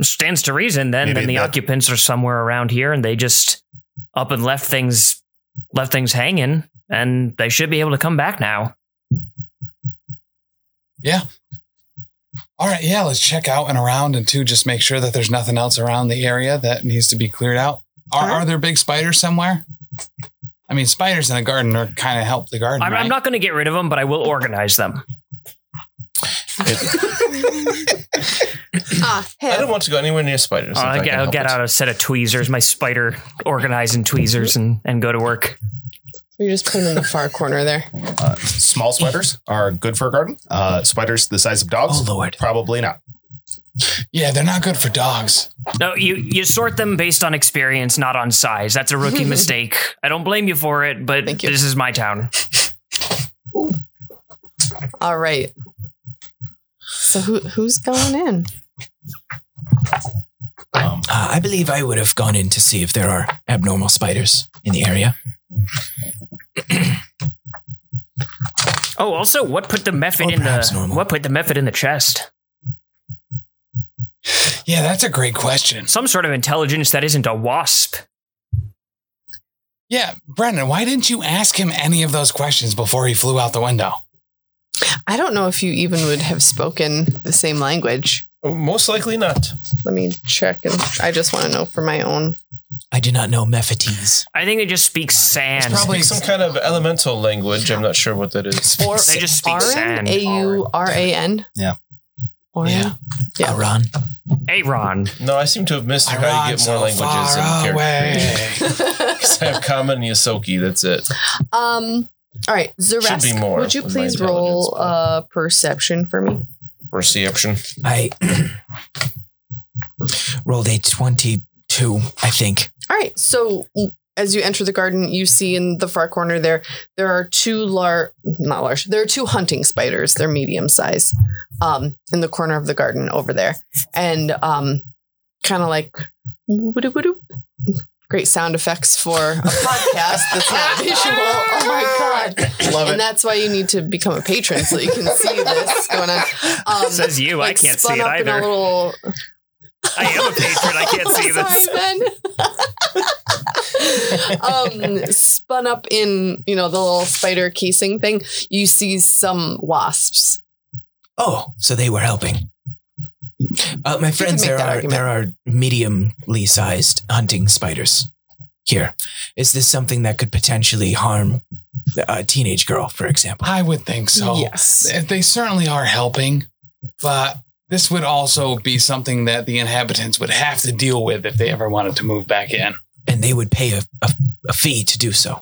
E: Stands to reason. Then
H: Maybe
E: then the
H: that-
E: occupants are somewhere around here, and they just up and left things left things hanging, and they should be able to come back now.
B: all right, yeah, let's check out and around, and two, just make sure that there's nothing else around the area that needs to be cleared out.
E: Uh-huh.
B: Are, are there big spiders somewhere? I mean, spiders in a garden are kind of help the garden.
E: I'm, I'm
B: right?
E: not going to get rid of them, but I will organize them.
C: Ah,
D: I don't
C: hell.
D: want to go anywhere near spiders.
E: I'll
D: if I
E: Oh, get,
D: can
E: I'll
D: help
E: get
D: it.
E: out a set of tweezers, my spider organizing tweezers, and, and go to work.
C: We just put him in the far corner there.
H: Uh, small spiders are good for a garden. Uh, spiders the size of dogs,
F: Lord.
H: probably not.
B: Yeah, they're not good for dogs.
E: No, you, you sort them based on experience, not on size. That's a rookie mistake. I don't blame you for it, but
C: Thank you.
E: this is my town.
C: All right. So who who's going in?
F: Uh, I believe I would have gone in to see if there are abnormal spiders in the area.
E: Oh, also, what put the method
F: Or
E: in the
F: perhaps normal.
E: what put the method in the chest?
B: Yeah, that's a great question.
E: Some sort of intelligence that isn't a wasp.
B: Yeah, Brendan, why didn't you ask him any of those questions before he flew out the window?
C: I don't know if you even would have spoken the same language.
D: Oh, Most likely not.
C: Let me check and I just want to know for my own.
F: I do not know Mephites.
E: I think they just speak sand.
D: Probably some kind of elemental language. I'm not sure what that is.
C: Or
E: They just speak
C: Aran?
E: sand.
C: A U R A N.
H: Yeah.
C: Oran.
F: Yeah.
C: Yeah.
F: Aran.
E: Aron.
D: No, I seem to have missed how you
B: Iran
D: get
B: so
D: more languages in
B: far
D: character.
B: away.
D: creation. I have common Yosoki. That's it.
C: Um. All right,
D: be
C: Zaresk,
D: more
C: would you
D: with my
C: please roll
D: intelligence, but-
C: uh, perception for me?
D: Perception.
F: I rolled a 22, I think.
C: All right. So as you enter the garden, you see in the far corner there there are two large, not large. There are two hunting spiders. They're medium size, um, in the corner of the garden over there, and um, kind of like woo-doo-woo-doo. great sound effects for a podcast that's not visual. Oh my god!
H: Love
C: And that's why you need to become a patron so you can see this going on. Um,
E: Says you, I
C: like,
E: can't
C: spun
E: see it
C: up in a
E: either.
C: little
E: I am a patron, I
C: Oh,
E: can't see this.
C: Sorry, Ben. um, spun up in you know the little spider casing thing, you see some wasps.
F: Oh, so they were helping. Uh, my friends,
C: make
F: there
C: that
F: are
C: argument.
F: there are mediumly sized hunting spiders here. Is this something that could potentially harm a teenage girl, for example?
B: I would think so.
C: yes,
B: They- They certainly are helping, but this would also be something that the inhabitants would have to deal with if they ever wanted to move back in.
F: And they would pay a, a, a fee to do so.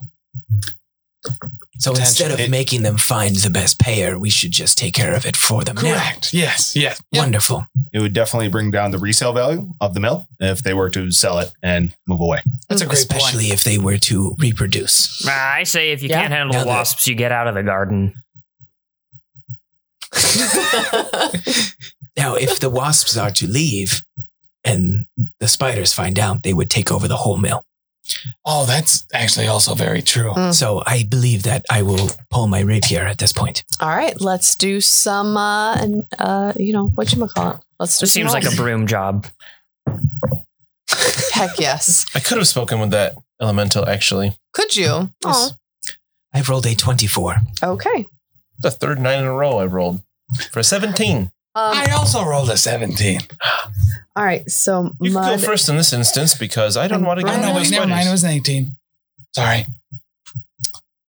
F: So instead of
B: Potentially.
F: making them find the best payer, we should just take care of it for them now.
B: Correct. Yes. Yes. Yep.
F: Wonderful.
H: It would definitely bring down the resale value of the mill if they were to sell it and move away.
B: That's a great point.
F: Especially if they were to reproduce.
E: Ah, I say if you
C: Yeah.
E: can't handle
F: Now that-
E: wasps, you get out of the garden.
F: Now, if the wasps are to leave and the spiders find out, they would take over the whole mill.
B: Oh, that's actually also very true.
C: Mm.
F: So I believe that I will pull my rapier at this point.
C: All right, let's do some uh, and uh, you know what you call it. Let's do
E: This
C: some
E: seems like a
C: rolls.
E: broom job.
C: heck yes.
D: I could have spoken with that elemental actually.
C: Could you? Oh,
F: I've rolled a 24.
C: okay.
D: The third nine in a row I rolled for seventeen.
C: Um,
B: I also rolled a 17.
C: all right, so
D: You can
C: mud.
D: go first in this instance because I don't want to
C: I
B: Oh,
D: get
B: no,
C: know
B: wait,
D: those
B: never mind. It
D: spiders.
B: was an 18. Sorry.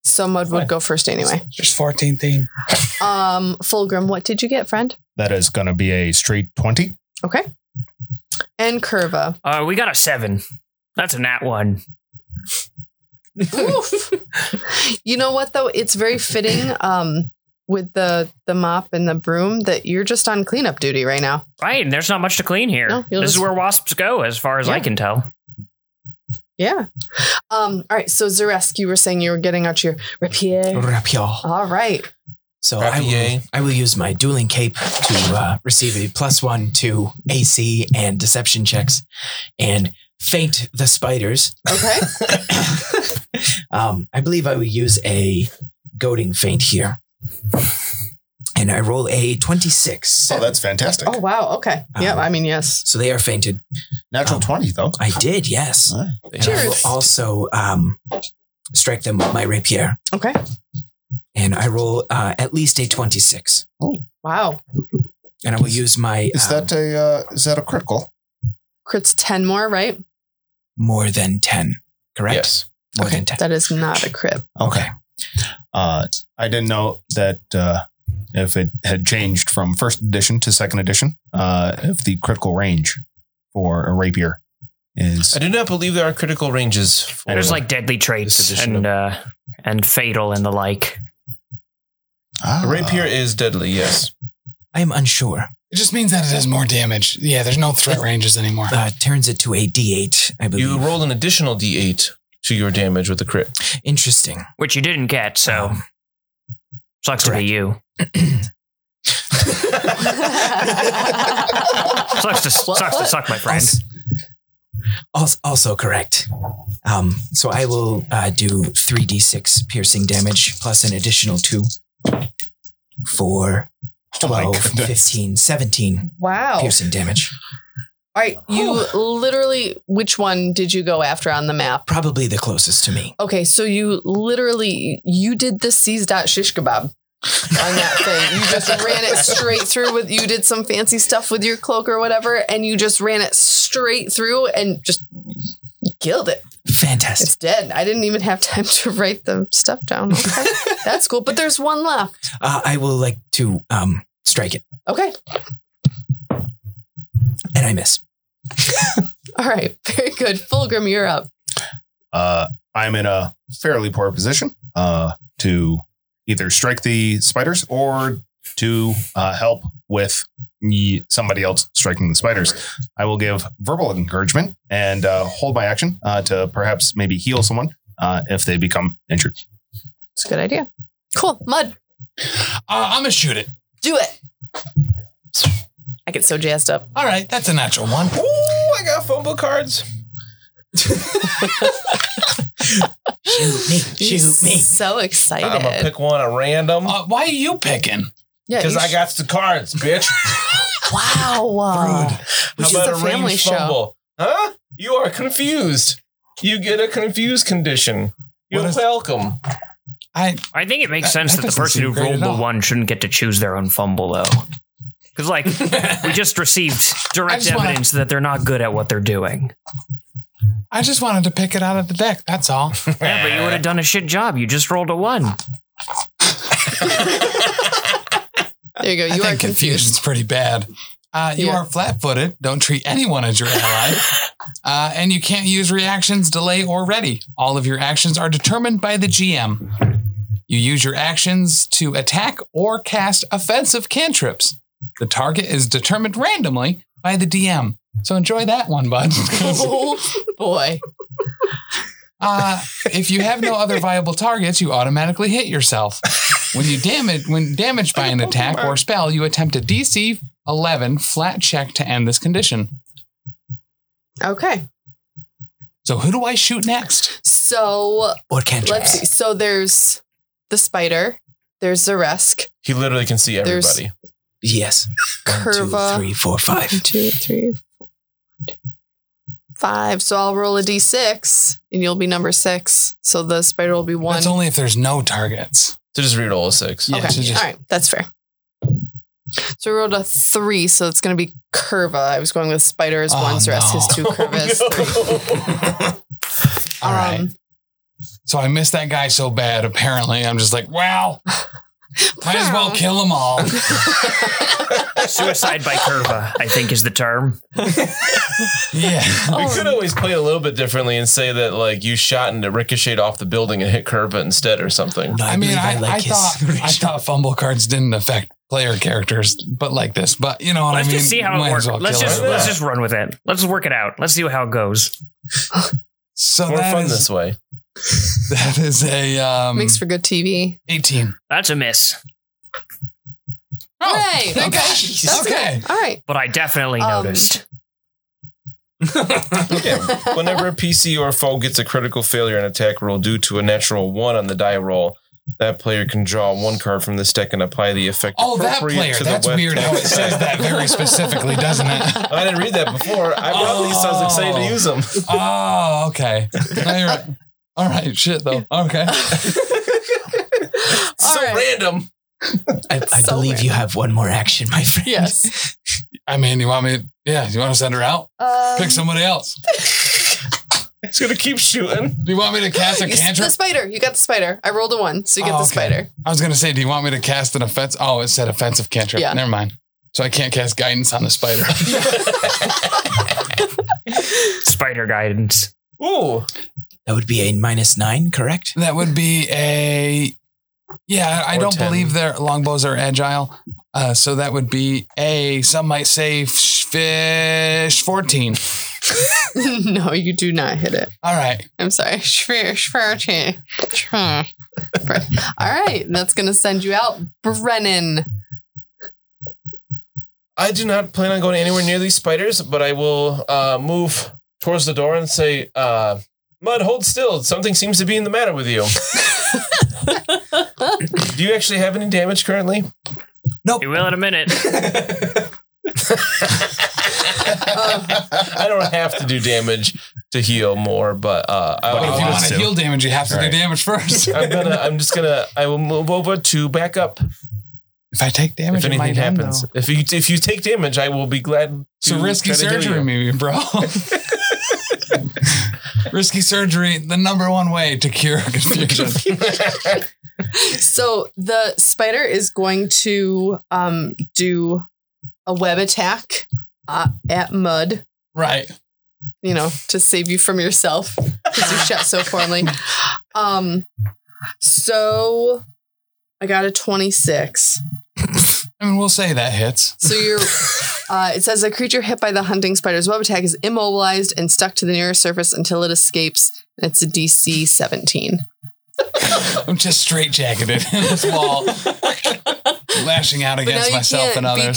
C: So mud would go first anyway.
B: There's 14 theme.
C: Um, Fulgrim, what did you get, friend?
H: That is going to be a straight 20.
C: Okay. And Curva.
E: Uh, we got a seven. That's a nat one.
C: you know what though? It's very fitting um with the the mop and the broom that you're just on cleanup duty right now.
E: Right, and there's not much to clean here.
C: No, you'll
E: this is
C: just-
E: where wasps go, as far as I
C: Yeah.
E: can tell.
C: Yeah. Um, all right, so Zaresk, you were saying you were getting out your rapier.
F: Rapier.
C: All right.
F: So I will,
D: Rapier.
F: I will use my dueling cape to uh, receive a plus one to AC and deception checks and faint the spiders.
C: Okay.
F: um, I believe I would use a goading feint here. And I roll a 26.
H: Oh, that's fantastic.
C: Oh wow, okay. Yeah, I mean yes.
F: So they are fainted.
H: Natural 20, though.
F: I did, yes.
H: Huh?
F: And I will
C: Cheers.
F: also um, strike them with my rapier.
C: Okay.
F: And I roll uh, at least a 26.
C: Wow.
F: and I will use my
H: Is
F: um,
H: that a uh, is that a critical?
C: Crits 10 more, right?
F: more than ten. Correct.
D: Yes.
F: More than ten.
C: That is not a crit.
H: Okay. Uh, I didn't know that uh, if it had changed from first edition to second edition, uh, if the critical range for a rapier is
D: I do not believe there are critical ranges. For
E: And there's like deadly
D: This
E: traits
D: edition
E: and uh, and fatal and the like.
H: Ah.
D: a rapier is deadly. Yes.
F: I am unsure.
B: It just means that it does more damage. Yeah, there's no threat ranges anymore.
F: Uh, turns it to a D8, I believe.
D: You roll an additional d8 to your damage with a crit.
F: Interesting.
E: Which you didn't get, so
F: Um,
E: sucks to
F: correct.
E: be you. Sucks to sucks to suck, my friend.
F: Also, also, also correct. Um, so I will uh, do 3d6 piercing damage plus an additional 2 for
H: Oh my
F: 12,
H: goodness.
F: 15, 17
C: wow.
F: piercing damage.
C: All right. You literally, which one did you go after on the map?
F: Probably the closest to me.
C: Okay, so you literally you did the C's dot shish kebab on that thing. You just ran it straight through with you did some fancy stuff with your cloak or whatever, and you just ran it straight through and just killed it.
F: Fantastic.
C: It's dead. I didn't even have time to write the stuff down. Okay. That's cool. But there's one left.
F: Uh, I will like to um, strike it,
C: Okay.
F: and I miss.
C: All right. Very good. Fulgrim, you're up.
H: uh, I'm in a fairly poor position uh, to either strike the spiders or to uh, help with me- somebody else striking the spiders. I will give verbal encouragement and uh, hold my action uh, to perhaps maybe heal someone uh, if they become injured.
C: It's a good idea. Cool. Mud,
B: Uh, I'm gonna shoot it.
C: do it. I get so jazzed up.
B: All right, that's a natural one.
D: Oh, I got fumble cards.
F: Shoot me. Shoot me.
C: So excited.
D: I'm gonna pick one at random
B: Uh, why are you picking?
C: yeah,
D: because
C: Oh, you
D: I got the cards, bitch.
C: Wow.
D: How
C: Which is
D: about
C: a family
D: ranged
C: show.
D: fumble? Huh? You are confused. You get a confused condition. You're
B: What is-
D: welcome.
B: I
E: I think it makes
B: That-
E: sense
B: that
E: that, the
B: doesn't
E: person who
B: seem great
E: rolled
B: at
E: the
B: all.
E: one shouldn't get to choose their own fumble, though. Because, like, we just received direct
B: just wanna-
E: evidence that they're not good at what they're doing.
B: I just wanted to pick it out of the deck. That's all.
E: Yeah, but you would have done a shit job. You just rolled a one.
C: There you go.
B: I
C: You are
B: think
C: confused.
B: confusion's pretty bad. Uh, you
C: Yeah.
B: are flat-footed. Don't treat anyone as your ally. Uh, and you can't use reactions, delay, or ready. All of your actions are determined by the GM. You use your actions to attack or cast offensive cantrips. The target is determined randomly by the DM. So enjoy that one, bud.
C: Oh boy.
B: Uh, if you have no other viable targets, you automatically hit yourself. When you damage when damaged by an attack or spell, you attempt a DC 11 flat check to end this condition.
C: Okay.
B: So who do I shoot next?
C: So
F: Or can't
C: let's see. So there's the spider. There's Zaresk.
D: He literally can see
C: There's-
D: everybody.
F: Yes. One, two,
C: Curva.
F: three, four, five.
C: One, two, three, four, five. So I'll roll a d6 and you'll be number six. So the spider will be one.
B: That's only if there's no targets.
D: So just reroll a six.
B: Yeah,
C: okay.
B: so just-
C: All right. That's fair. So we rolled a three. So it's going to be Curva. I was going with spider as
B: Oh,
C: one, Zaresk
B: no.
C: is two, Curva is three.
B: All right.
C: Um,
B: So I missed that guy so bad. Apparently, I'm just like, wow. Might as well kill them all.
E: Suicide by curva, I think, is the term.
B: Yeah.
C: Oh,
D: We could always play it a little bit differently and say that like you shot and it ricocheted off the building and hit Curva instead or something.
F: No,
B: I, mean,
F: believe
B: I, I thought I thought fumble cards didn't affect player characters, but like this. But you know what
E: Let's
B: I mean.
E: just see how
B: Might
E: it
B: as
E: works.
B: well
E: Let's
B: kill
E: just
B: it.
E: let's just run with it. Let's work it out. Let's see how it goes.
B: So
D: More
B: that
D: fun
B: is
D: this way.
B: that is a um,
C: Makes for good TV.
B: 18.
E: That's a miss,
B: Oh,
C: Hooray!
B: thank
C: Okay.
B: gosh.
C: That's
B: okay.
C: All right.
E: but I definitely
C: Um,
E: noticed.
D: Yeah. Whenever a PC or foe gets a critical failure in attack roll due to a natural one on the die roll, that player can draw one card from this deck and apply the effect.
B: Oh, that
D: appropriate
B: player.
D: to the
B: That's
D: weapon.
B: weird how it says that very specifically, doesn't it?
D: I didn't read that before. I brought these, so I was excited to use them.
B: Oh, okay. Now you're right. All right, shit though. Okay.
C: All
D: so
C: right.
D: random.
F: I, I
C: So
F: believe you have one more action, my friend.
C: Yes.
B: I mean, you want me? Yeah, you want to send her out?
C: Um,
B: Pick somebody else.
D: It's gonna keep shooting.
B: Do you want me to cast a
C: you-
B: cantrip?
C: the spider. You got the spider. I rolled a one, so you get
B: Oh, okay.
C: the spider.
B: I was gonna say, do you want me to cast an offense? Oh, it said offensive cantrip.
C: Yeah.
B: Never mind. So I can't cast guidance on the spider.
E: Spider guidance.
D: Ooh,
F: That would be a minus nine, correct?
B: that would be a. Yeah, I
D: Or
B: don't
D: 10.
B: believe their longbows are agile. Uh, so that would be a. Some might say fish fourteen.
C: no, you do not hit it.
B: All right.
C: I'm sorry. Shver- shverty. Shver. All right, that's gonna send you out, Brennan.
D: I do not plan on going anywhere near these spiders, but I will uh, move towards the door and say, uh, "Mud, hold still. Something seems to be in the matter with you. do you actually have any damage currently?
B: oh.
E: You will in a minute.
D: I don't have to do damage to heal more, but uh, I,
H: But
B: But if you
D: I'll-
H: want
B: want to
H: to.
B: heal damage, you have to
H: Right.
B: do damage first.
D: I'm gonna. I'm just gonna. I will move over to back up
B: if I take damage,
D: if
B: it
D: anything
B: might
D: happens. If you if you take damage, I will be glad.
B: So
D: to
B: risky
D: try to heal
B: surgery,
D: you.
B: maybe, bro. risky surgery, the number one way to cure confusion.
C: So the spider is going to um, do a web attack uh, at Mud.
B: right.
C: you know, to save you from yourself because you shot so poorly. Um, so I got a 26.
B: I mean, we'll say that hits.
C: So you're, uh, it says a creature hit by the hunting spider's web attack is immobilized and stuck to the nearest surface until it escapes. And it's a DC 17.
B: I'm just straight jacketed in this wall, lashing out
C: But now
B: against
C: you
B: myself
C: can't
B: and
C: be
B: others.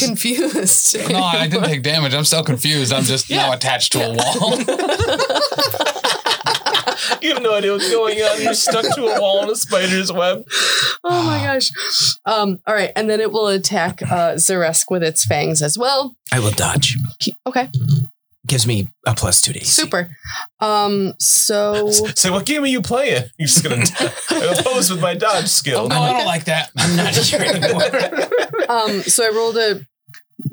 C: confused.
B: no, I didn't take damage. I'm still confused. I'm just now attached to a wall.
D: You have no idea what's going on. You're stuck to a wall in a spider's web.
C: Oh my gosh. Um, all right. And then it will attack uh, Zeresk with its fangs as well.
F: I will dodge.
C: Keep- Okay.
F: Gives me a plus two to AC.
C: Super. Um, so.
D: So what game are you playing? You're just gonna I'm opposed with my dodge
B: oh,
D: skill.
B: no, I don't like that. I'm not sure anymore.
C: Um, so I rolled a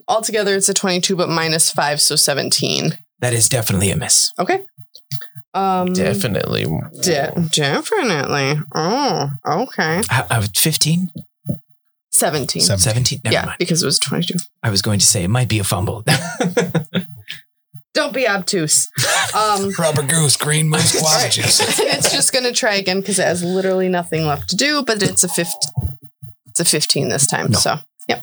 C: altogether it's a 22 but minus 5 so 17.
F: That is definitely a miss.
C: Okay. Um
D: Definitely.
C: de- definitely. Oh, okay.
F: I, I was 15, 17.
C: 17.
F: uh, Never
C: yeah,
F: mind.
C: because it was 22.
F: I was going to say it might be a fumble.
C: Don't be obtuse. Um
B: Rubber goose, green moose, guava juice.
C: and it's just going to try again because it has literally nothing left to do, but it's a 15 it's a 15 this time.
F: No.
C: So, yeah. All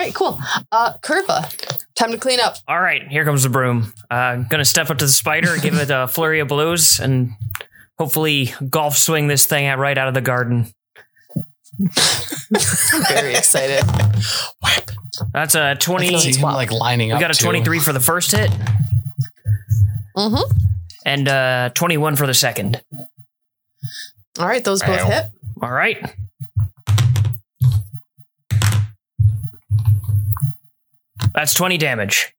C: right, cool. Uh Curva, time to clean up.
E: All right, here comes the broom. Uh, gonna step up to the spider, give it a flurry of blows, and hopefully golf swing this thing out right out of the garden.
C: I'm very excited.
E: That's a
B: I can see
E: twenty.
B: him like lining
E: We
B: up.
E: got a
B: too.
E: twenty-three for the first hit
C: Mhm.
E: and uh, twenty-one for the second.
C: All right, those both hit.
E: All right, that's twenty damage.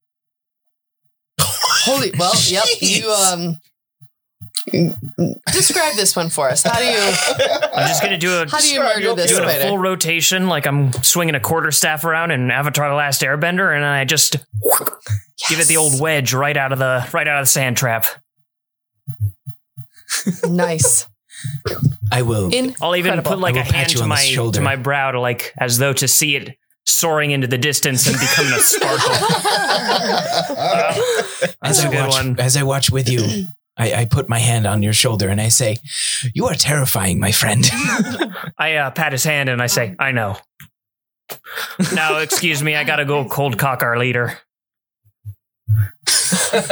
C: Holy well, yep. You um describe this one for us. How do you
E: I'm just gonna do a
C: how do you
D: Describe
C: murder
D: your
C: this
E: doing a full
C: spider?
E: rotation, like I'm swinging a quarter staff around in Avatar: The Last Airbender, and I just give it the old wedge right out of the right out of the sand trap.
C: Nice.
F: I will.
C: In
E: I'll even
C: Incredible.
E: put like
F: I
E: a
F: will pat
E: hand
F: you
E: to
F: on the
E: my
F: shoulder.
E: to my brow to like as though to see it soaring into the distance and becoming a sparkle.
F: as
E: that's
F: I
E: a good
F: watch,
E: one.
F: as I watch with you, I, I put my hand on your shoulder and I say, "You are terrifying, my friend."
E: I uh, pat his hand and I say, "I know." Now, excuse me, I gotta go cold cock our leader. and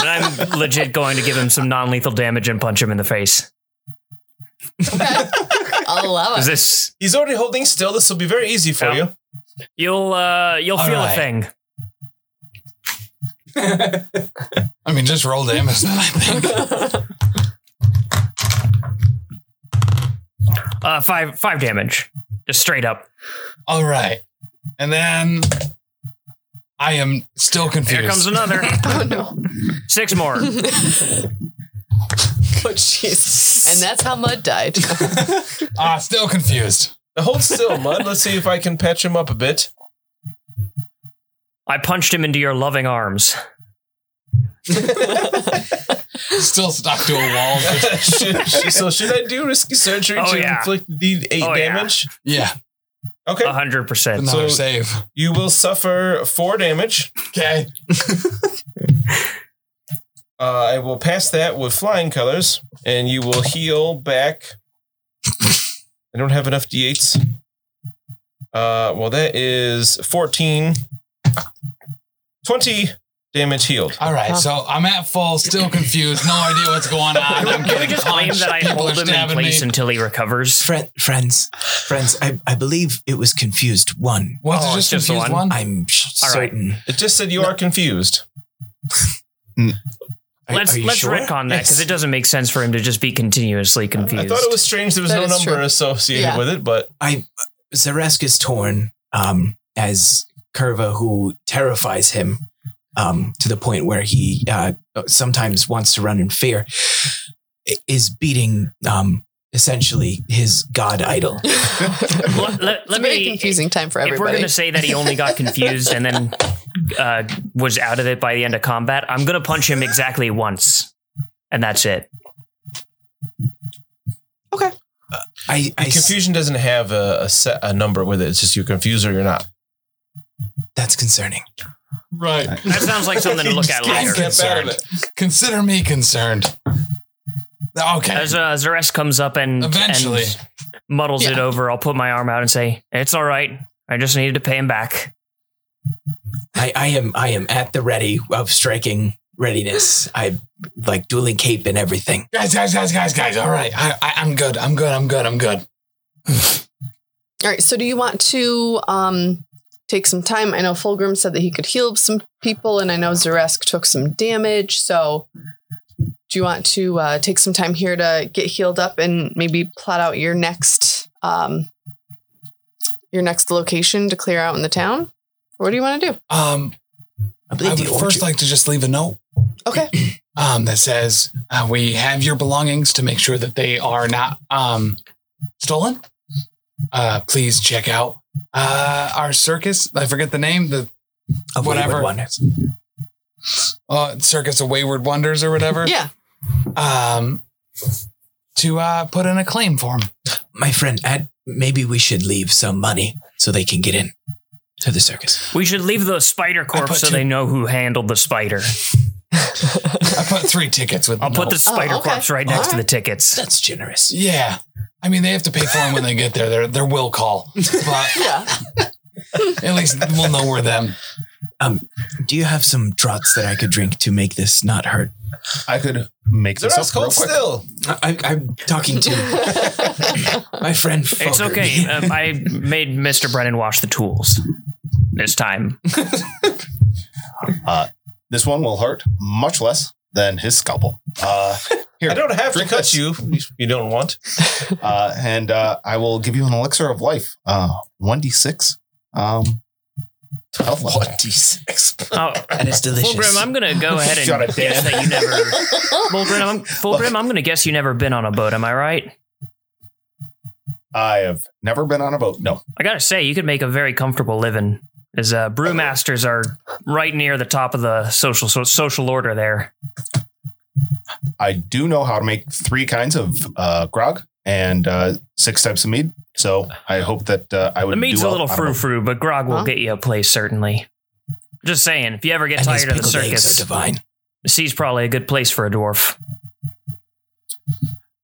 E: I'm legit going to give him some non-lethal damage and punch him in the face.
C: I'll allow
E: Is
C: it.
E: this
D: He's already holding still. This will be very easy for
E: Yeah.
D: you.
E: you'll uh you'll
B: All
E: feel
B: right.
E: a thing.
B: I mean, just roll damage. Then I think.
E: Uh five five damage. Just straight up.
B: All right. And then I am still confused.
E: Here comes another.
C: Oh no.
E: Six more.
C: Oh jeez. And that's how Mud died.
B: Ah, still confused.
D: Hold still, Mud. Let's see if I can patch him up a bit.
E: I punched him into your loving arms.
B: Still stuck to a wall.
D: should, should- so should I do risky surgery
E: Oh,
D: to
E: yeah.
D: inflict the eight
E: Oh, yeah. Uh-huh.
D: damage?
B: Yeah,
D: Okay.
E: hundred percent.
B: another
D: So-
B: save.
D: You will suffer four damage.
B: Okay.
D: Uh, I will pass that with flying colors, and you will heal back. I don't have enough d8s. Uh, well, that is 14, 20 damage healed.
B: All right. So I'm at full, still confused, no idea what's going on. I'm
E: Can we
B: getting
E: just claim
B: punched.
E: that I
B: People
E: hold
B: are
E: him in
B: stabbing
E: place
B: me.
E: until he recovers?
F: Friend, friends, friends, I, I believe it was confused one.
B: What's
E: Oh,
B: it
E: it's
B: just,
E: just the
B: confused
E: one?
B: one?
F: I'm sh-
E: All right.
F: certain.
D: It just said you are confused.
F: Are-
E: let's
F: are you
E: let's
F: sure?
E: retcon that because it doesn't make sense for him to just be continuously confused.
D: I thought it was strange there was
C: That
D: no
C: is
D: number
C: true.
D: associated
C: Yeah.
D: with it, but
F: I Zaresk is torn um, as Curva, who terrifies him um, to the point where he uh, sometimes wants to run in fear, i- is beating um, essentially his god idol.
E: Let- let-
C: It's a
E: let
C: very
E: me-
C: confusing time for
E: If we're
C: everybody.
E: gonna say that he only got confused and then uh, was out of it by the end of combat, I'm gonna punch him exactly once, and that's it.
F: I, I
D: the
F: s-
D: confusion doesn't have a, a set a number with it. It's just you're confused or you're not.
F: that's concerning.
B: Right.
E: That sounds like something to look at
B: I'm
E: later.
B: concerned. Consider me concerned. Okay.
E: As uh, Zares comes up and
B: Eventually.
E: and muddles it
C: Yeah.
E: over, I'll put my arm out and say, "It's all right. I just needed to pay him back."
F: I, I am I am at the ready of striking readiness. I like dueling cape and everything.
B: guys, guys, guys, guys, guys. All right. I, I, I'm good. I'm good. I'm good. I'm good.
C: All right. So, do you want to um, take some time? I know Fulgrim said that he could heal some people, and I know Zaresk took some damage. So, do you want to uh, take some time here to get healed up and maybe plot out your next um, your next location to clear out in the town? Or what do you want to do?
B: Um,
F: I
B: I
F: believe
B: would
F: you
B: first like to just leave a note.
C: Okay.
B: um, that says uh, we have your belongings to make sure that they are not um, stolen. Uh, please check out uh, our circus. I forget the name. The
F: a wayward
B: whatever.
F: one.
B: uh, circus of wayward wonders or whatever.
C: Yeah.
B: Um, to uh, put in a claim form.
F: My friend, add, maybe we should leave some money so they can get in to the circus.
E: We should leave the spider corpse
B: put
E: so
B: two-
E: they know who handled the spider.
B: I put three tickets with.
E: I'll put
B: note.
E: the spider
C: okay.
E: corpse right next to the
C: Alright.
E: tickets.
F: That's generous.
B: Yeah, I mean they have to pay for them when they get there. Their their will call, but
C: Yeah.
B: at least we'll know we're them.
F: Um, do you have some draughts that I could drink to make this not hurt?
H: I could make
D: The
H: this
D: rest
H: up real
D: hold
H: quick.
D: still.
F: I, I, I'm talking to my friend.
E: It's
F: Fogger.
E: okay. um, I made Mr. Brennan wash the tools this time.
H: This one will hurt much less than his scalpel. Uh, here,
D: I don't have to
H: Drink
D: cut
H: this.
D: you. if You don't want.
H: uh, and uh, I will give you an elixir of life. Uh, 1d6. Um, health level.
E: Oh,
F: and it's delicious.
E: Fulgrim, I'm gonna go ahead and
H: Shut up,
E: guess
H: Dan.
E: that you never. Fulgrim, I'm, Fulgrim, I'm gonna guess you never been on a boat. Am I right?
H: I have never been on a boat. No.
E: I gotta say, you could make a very comfortable living. As uh, brewmasters are right near the top of the social so, social order there.
H: I do know how to make three kinds of uh, grog and uh, six types of mead. So I hope that uh, I would.
E: The meat's
H: do
E: a
H: well
E: little
H: on boat.
E: frou frou, but grog will
C: Huh?
E: get you a place certainly. Just saying, if you ever get
F: and his
E: tired of the
F: pickled eggs are
E: circus,
F: divine.
E: the sea's probably a good place for a dwarf.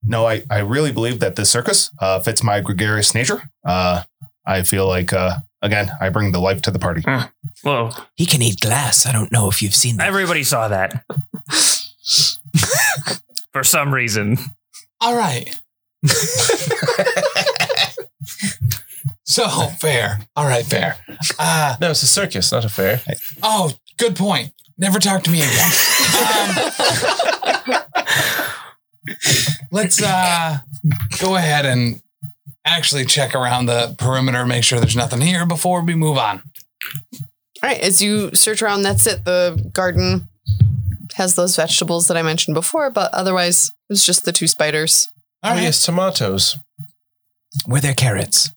H: No, I, I really believe that this circus uh, fits my gregarious nature. Uh, I feel like uh, again I bring the life to the party.
E: Whoa,
F: He can eat glass. I don't know if you've seen that.
E: everybody saw that. for some reason.
B: All right. so fair. All right, fair. Uh,
D: No, it's a circus, not a fair.
B: Oh, good point. Never talk to me again. um, let's uh, go ahead and actually check around the perimeter, make sure there's nothing here before we move on.
C: All right, as you search around, that's it. The garden has those vegetables that I mentioned before, but otherwise it's just the two spiders.
B: All
D: oh
B: right.
D: yes, tomatoes.
F: Were there carrots?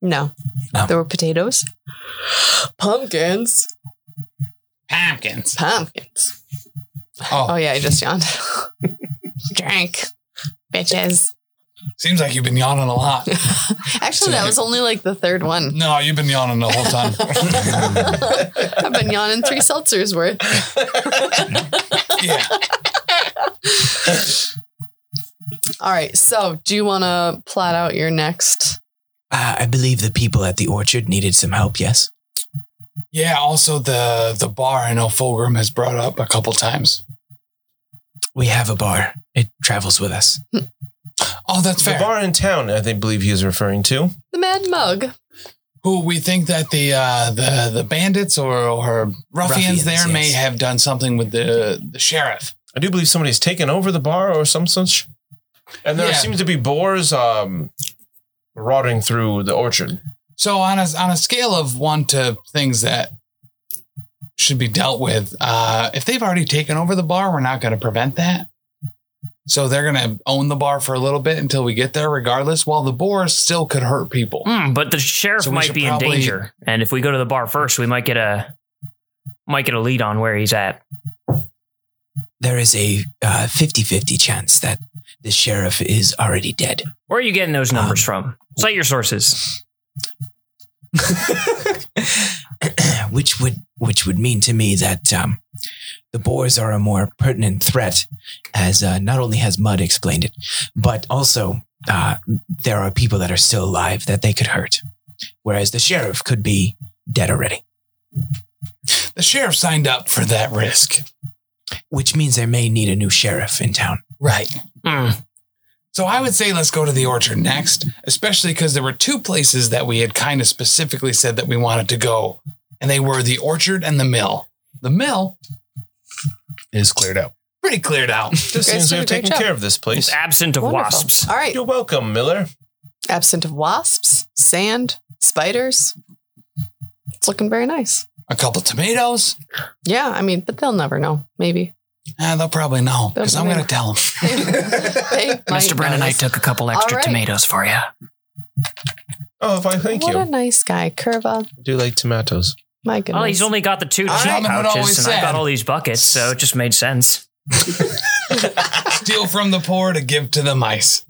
C: No.
F: No.
C: There were potatoes, pumpkins,
B: Pumpkins.
C: pumpkins.
B: Oh.
C: Oh, yeah, I just yawned. Drink, bitches.
B: Seems like you've been yawning a lot.
C: Actually, that was only like the third one.
B: No, you've been yawning the whole time.
C: I've been yawning three seltzers worth.
B: yeah.
C: All right. So, do you want to plot out your next?
F: Uh, I believe the people at the orchard needed some help. Yes.
B: Yeah, also the the bar I know Fulgrim has brought up a couple times.
F: We have a bar. It travels with us.
B: Oh, that's
D: The
B: fair.
D: bar in town, I think, believe he is referring to.
C: The Mad Mug.
B: Who we think that the uh the the bandits or or
F: Ruffians,
B: ruffians, there may
F: yes.
B: have done something with the the sheriff.
D: I do believe somebody's taken over the bar or some such. And there
B: Yeah.
D: seems to be boars um, marauding through the orchard.
B: So on a on a scale of one to things that should be dealt with, uh, if they've already taken over the bar, we're not going to prevent that. So they're going to own the bar for a little bit until we get there, regardless. While the boar still could hurt people.
E: Hmm, but the sheriff
B: So we
E: might
B: should
E: be
B: probably-
E: in danger, and if we go to the bar first, we might get a might get a lead on where he's at.
F: There is a uh, 50-50 chance that the sheriff is already dead.
E: Where are you getting those numbers from? Cite your sources.
F: which would which would mean to me that um, the boars are a more pertinent threat, as uh, not only has Mud explained it, but also uh, there are people that are still alive that they could hurt, whereas the sheriff could be dead already.
B: The sheriff signed up for that risk,
F: Which means they may need a new sheriff in town.
B: right?
E: Hmm.
B: So I would say let's go to the orchard next, especially because there were two places that we had kind of specifically said that we wanted to go, and they were the orchard and the mill. The mill
H: is cleared out.
B: pretty cleared out.
D: This
C: You guys did
D: seems to
C: a
D: have
C: great
D: taken
C: job.
D: care of this
E: It's
D: place.
E: absent of
C: Wonderful.
E: wasps.
C: All right.
D: You're welcome, Miller.
C: Absent of wasps, sand, spiders. It's looking very nice.
B: A couple tomatoes.
C: Yeah, I mean, but they'll never know. Maybe.
B: Eh, they'll probably know because I'm going to tell them.
C: Mr.
E: Mr. Brennan, I took a couple extra
C: All right.
E: tomatoes for you.
D: Oh, fine. Thank
C: what
D: you.
C: a
D: I
C: nice guy, Curva.
D: do like tomatoes.
C: My goodness.
E: Well, Oh, he's only got the two
B: All
E: tomato
B: right. Gentlemen would
E: pouches,
B: always
E: and I've got
B: said-
E: all these buckets, so it just made sense.
B: Steal from the poor to give to the mice.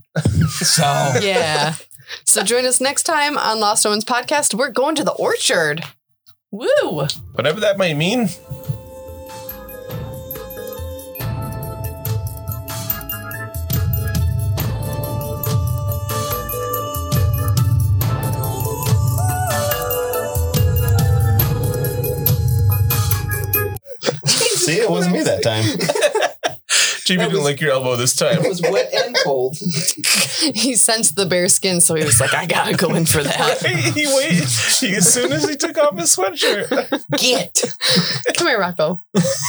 B: So
C: yeah. So join us next time on Lost Omens Podcast. We're going to the orchard. Woo!
D: Whatever that might mean.
H: See, it wasn't me that time.
D: Jamie didn't lick your elbow this time.
F: was wet and cold.
C: He sensed the bare skin, so he was like, I gotta go in for that.
D: he waited. He, as soon as he took off his sweatshirt.
C: Get. Come here, Rocco.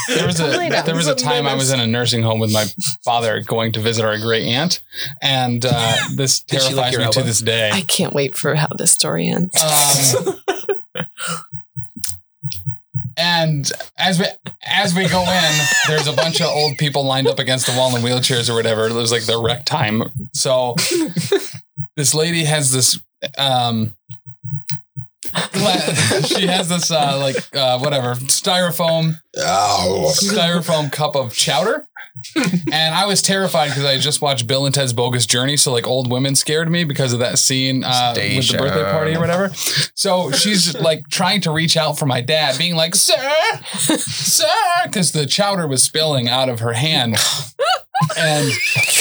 B: there was
C: Totally
B: a
C: not.
B: there was a
D: It's a
B: time I
D: menace.
B: was in a nursing home with my father going to visit our great aunt, and uh, this
F: Did she lick
B: terrifies
F: your
B: me to
F: elbow?
B: this day.
C: I can't wait for how this story ends.
B: Um, and as we as we go in, there's a bunch of old people lined up against the wall in wheelchairs or whatever. It was like their wreck time. So this lady has this um gla- she has this uh like uh whatever styrofoam styrofoam cup of chowder. and I was terrified because I had just watched Bill and Ted's Bogus Journey, so like old women scared me because of that scene uh, with the birthday party or
D: Station.
B: whatever. So she's like trying to reach out for my dad, being like, "Sir, sir," because the chowder was spilling out of her hand, and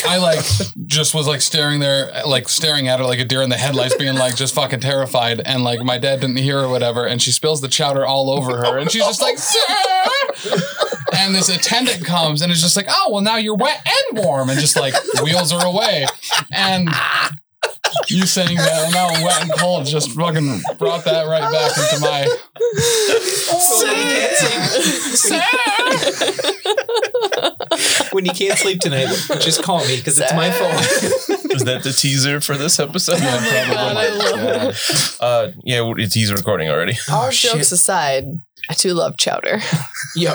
B: I like just was like staring there, like staring at her like a deer in the headlights, being like just fucking terrified, and like my dad didn't hear or whatever, and she spills the chowder all over her, and she's just like, "Sir." And this attendant comes and is just like, oh, well, now you're wet and warm, and just like wheels her away. And you saying that now wet and cold just fucking brought that right back into my.
F: When you can't sleep tonight, just call me because it's my fault.
D: Is that the teaser for this episode?
C: I love it.
D: Uh, yeah, it's, he's recording already.
C: All jokes aside, I do love chowder.
F: Yo.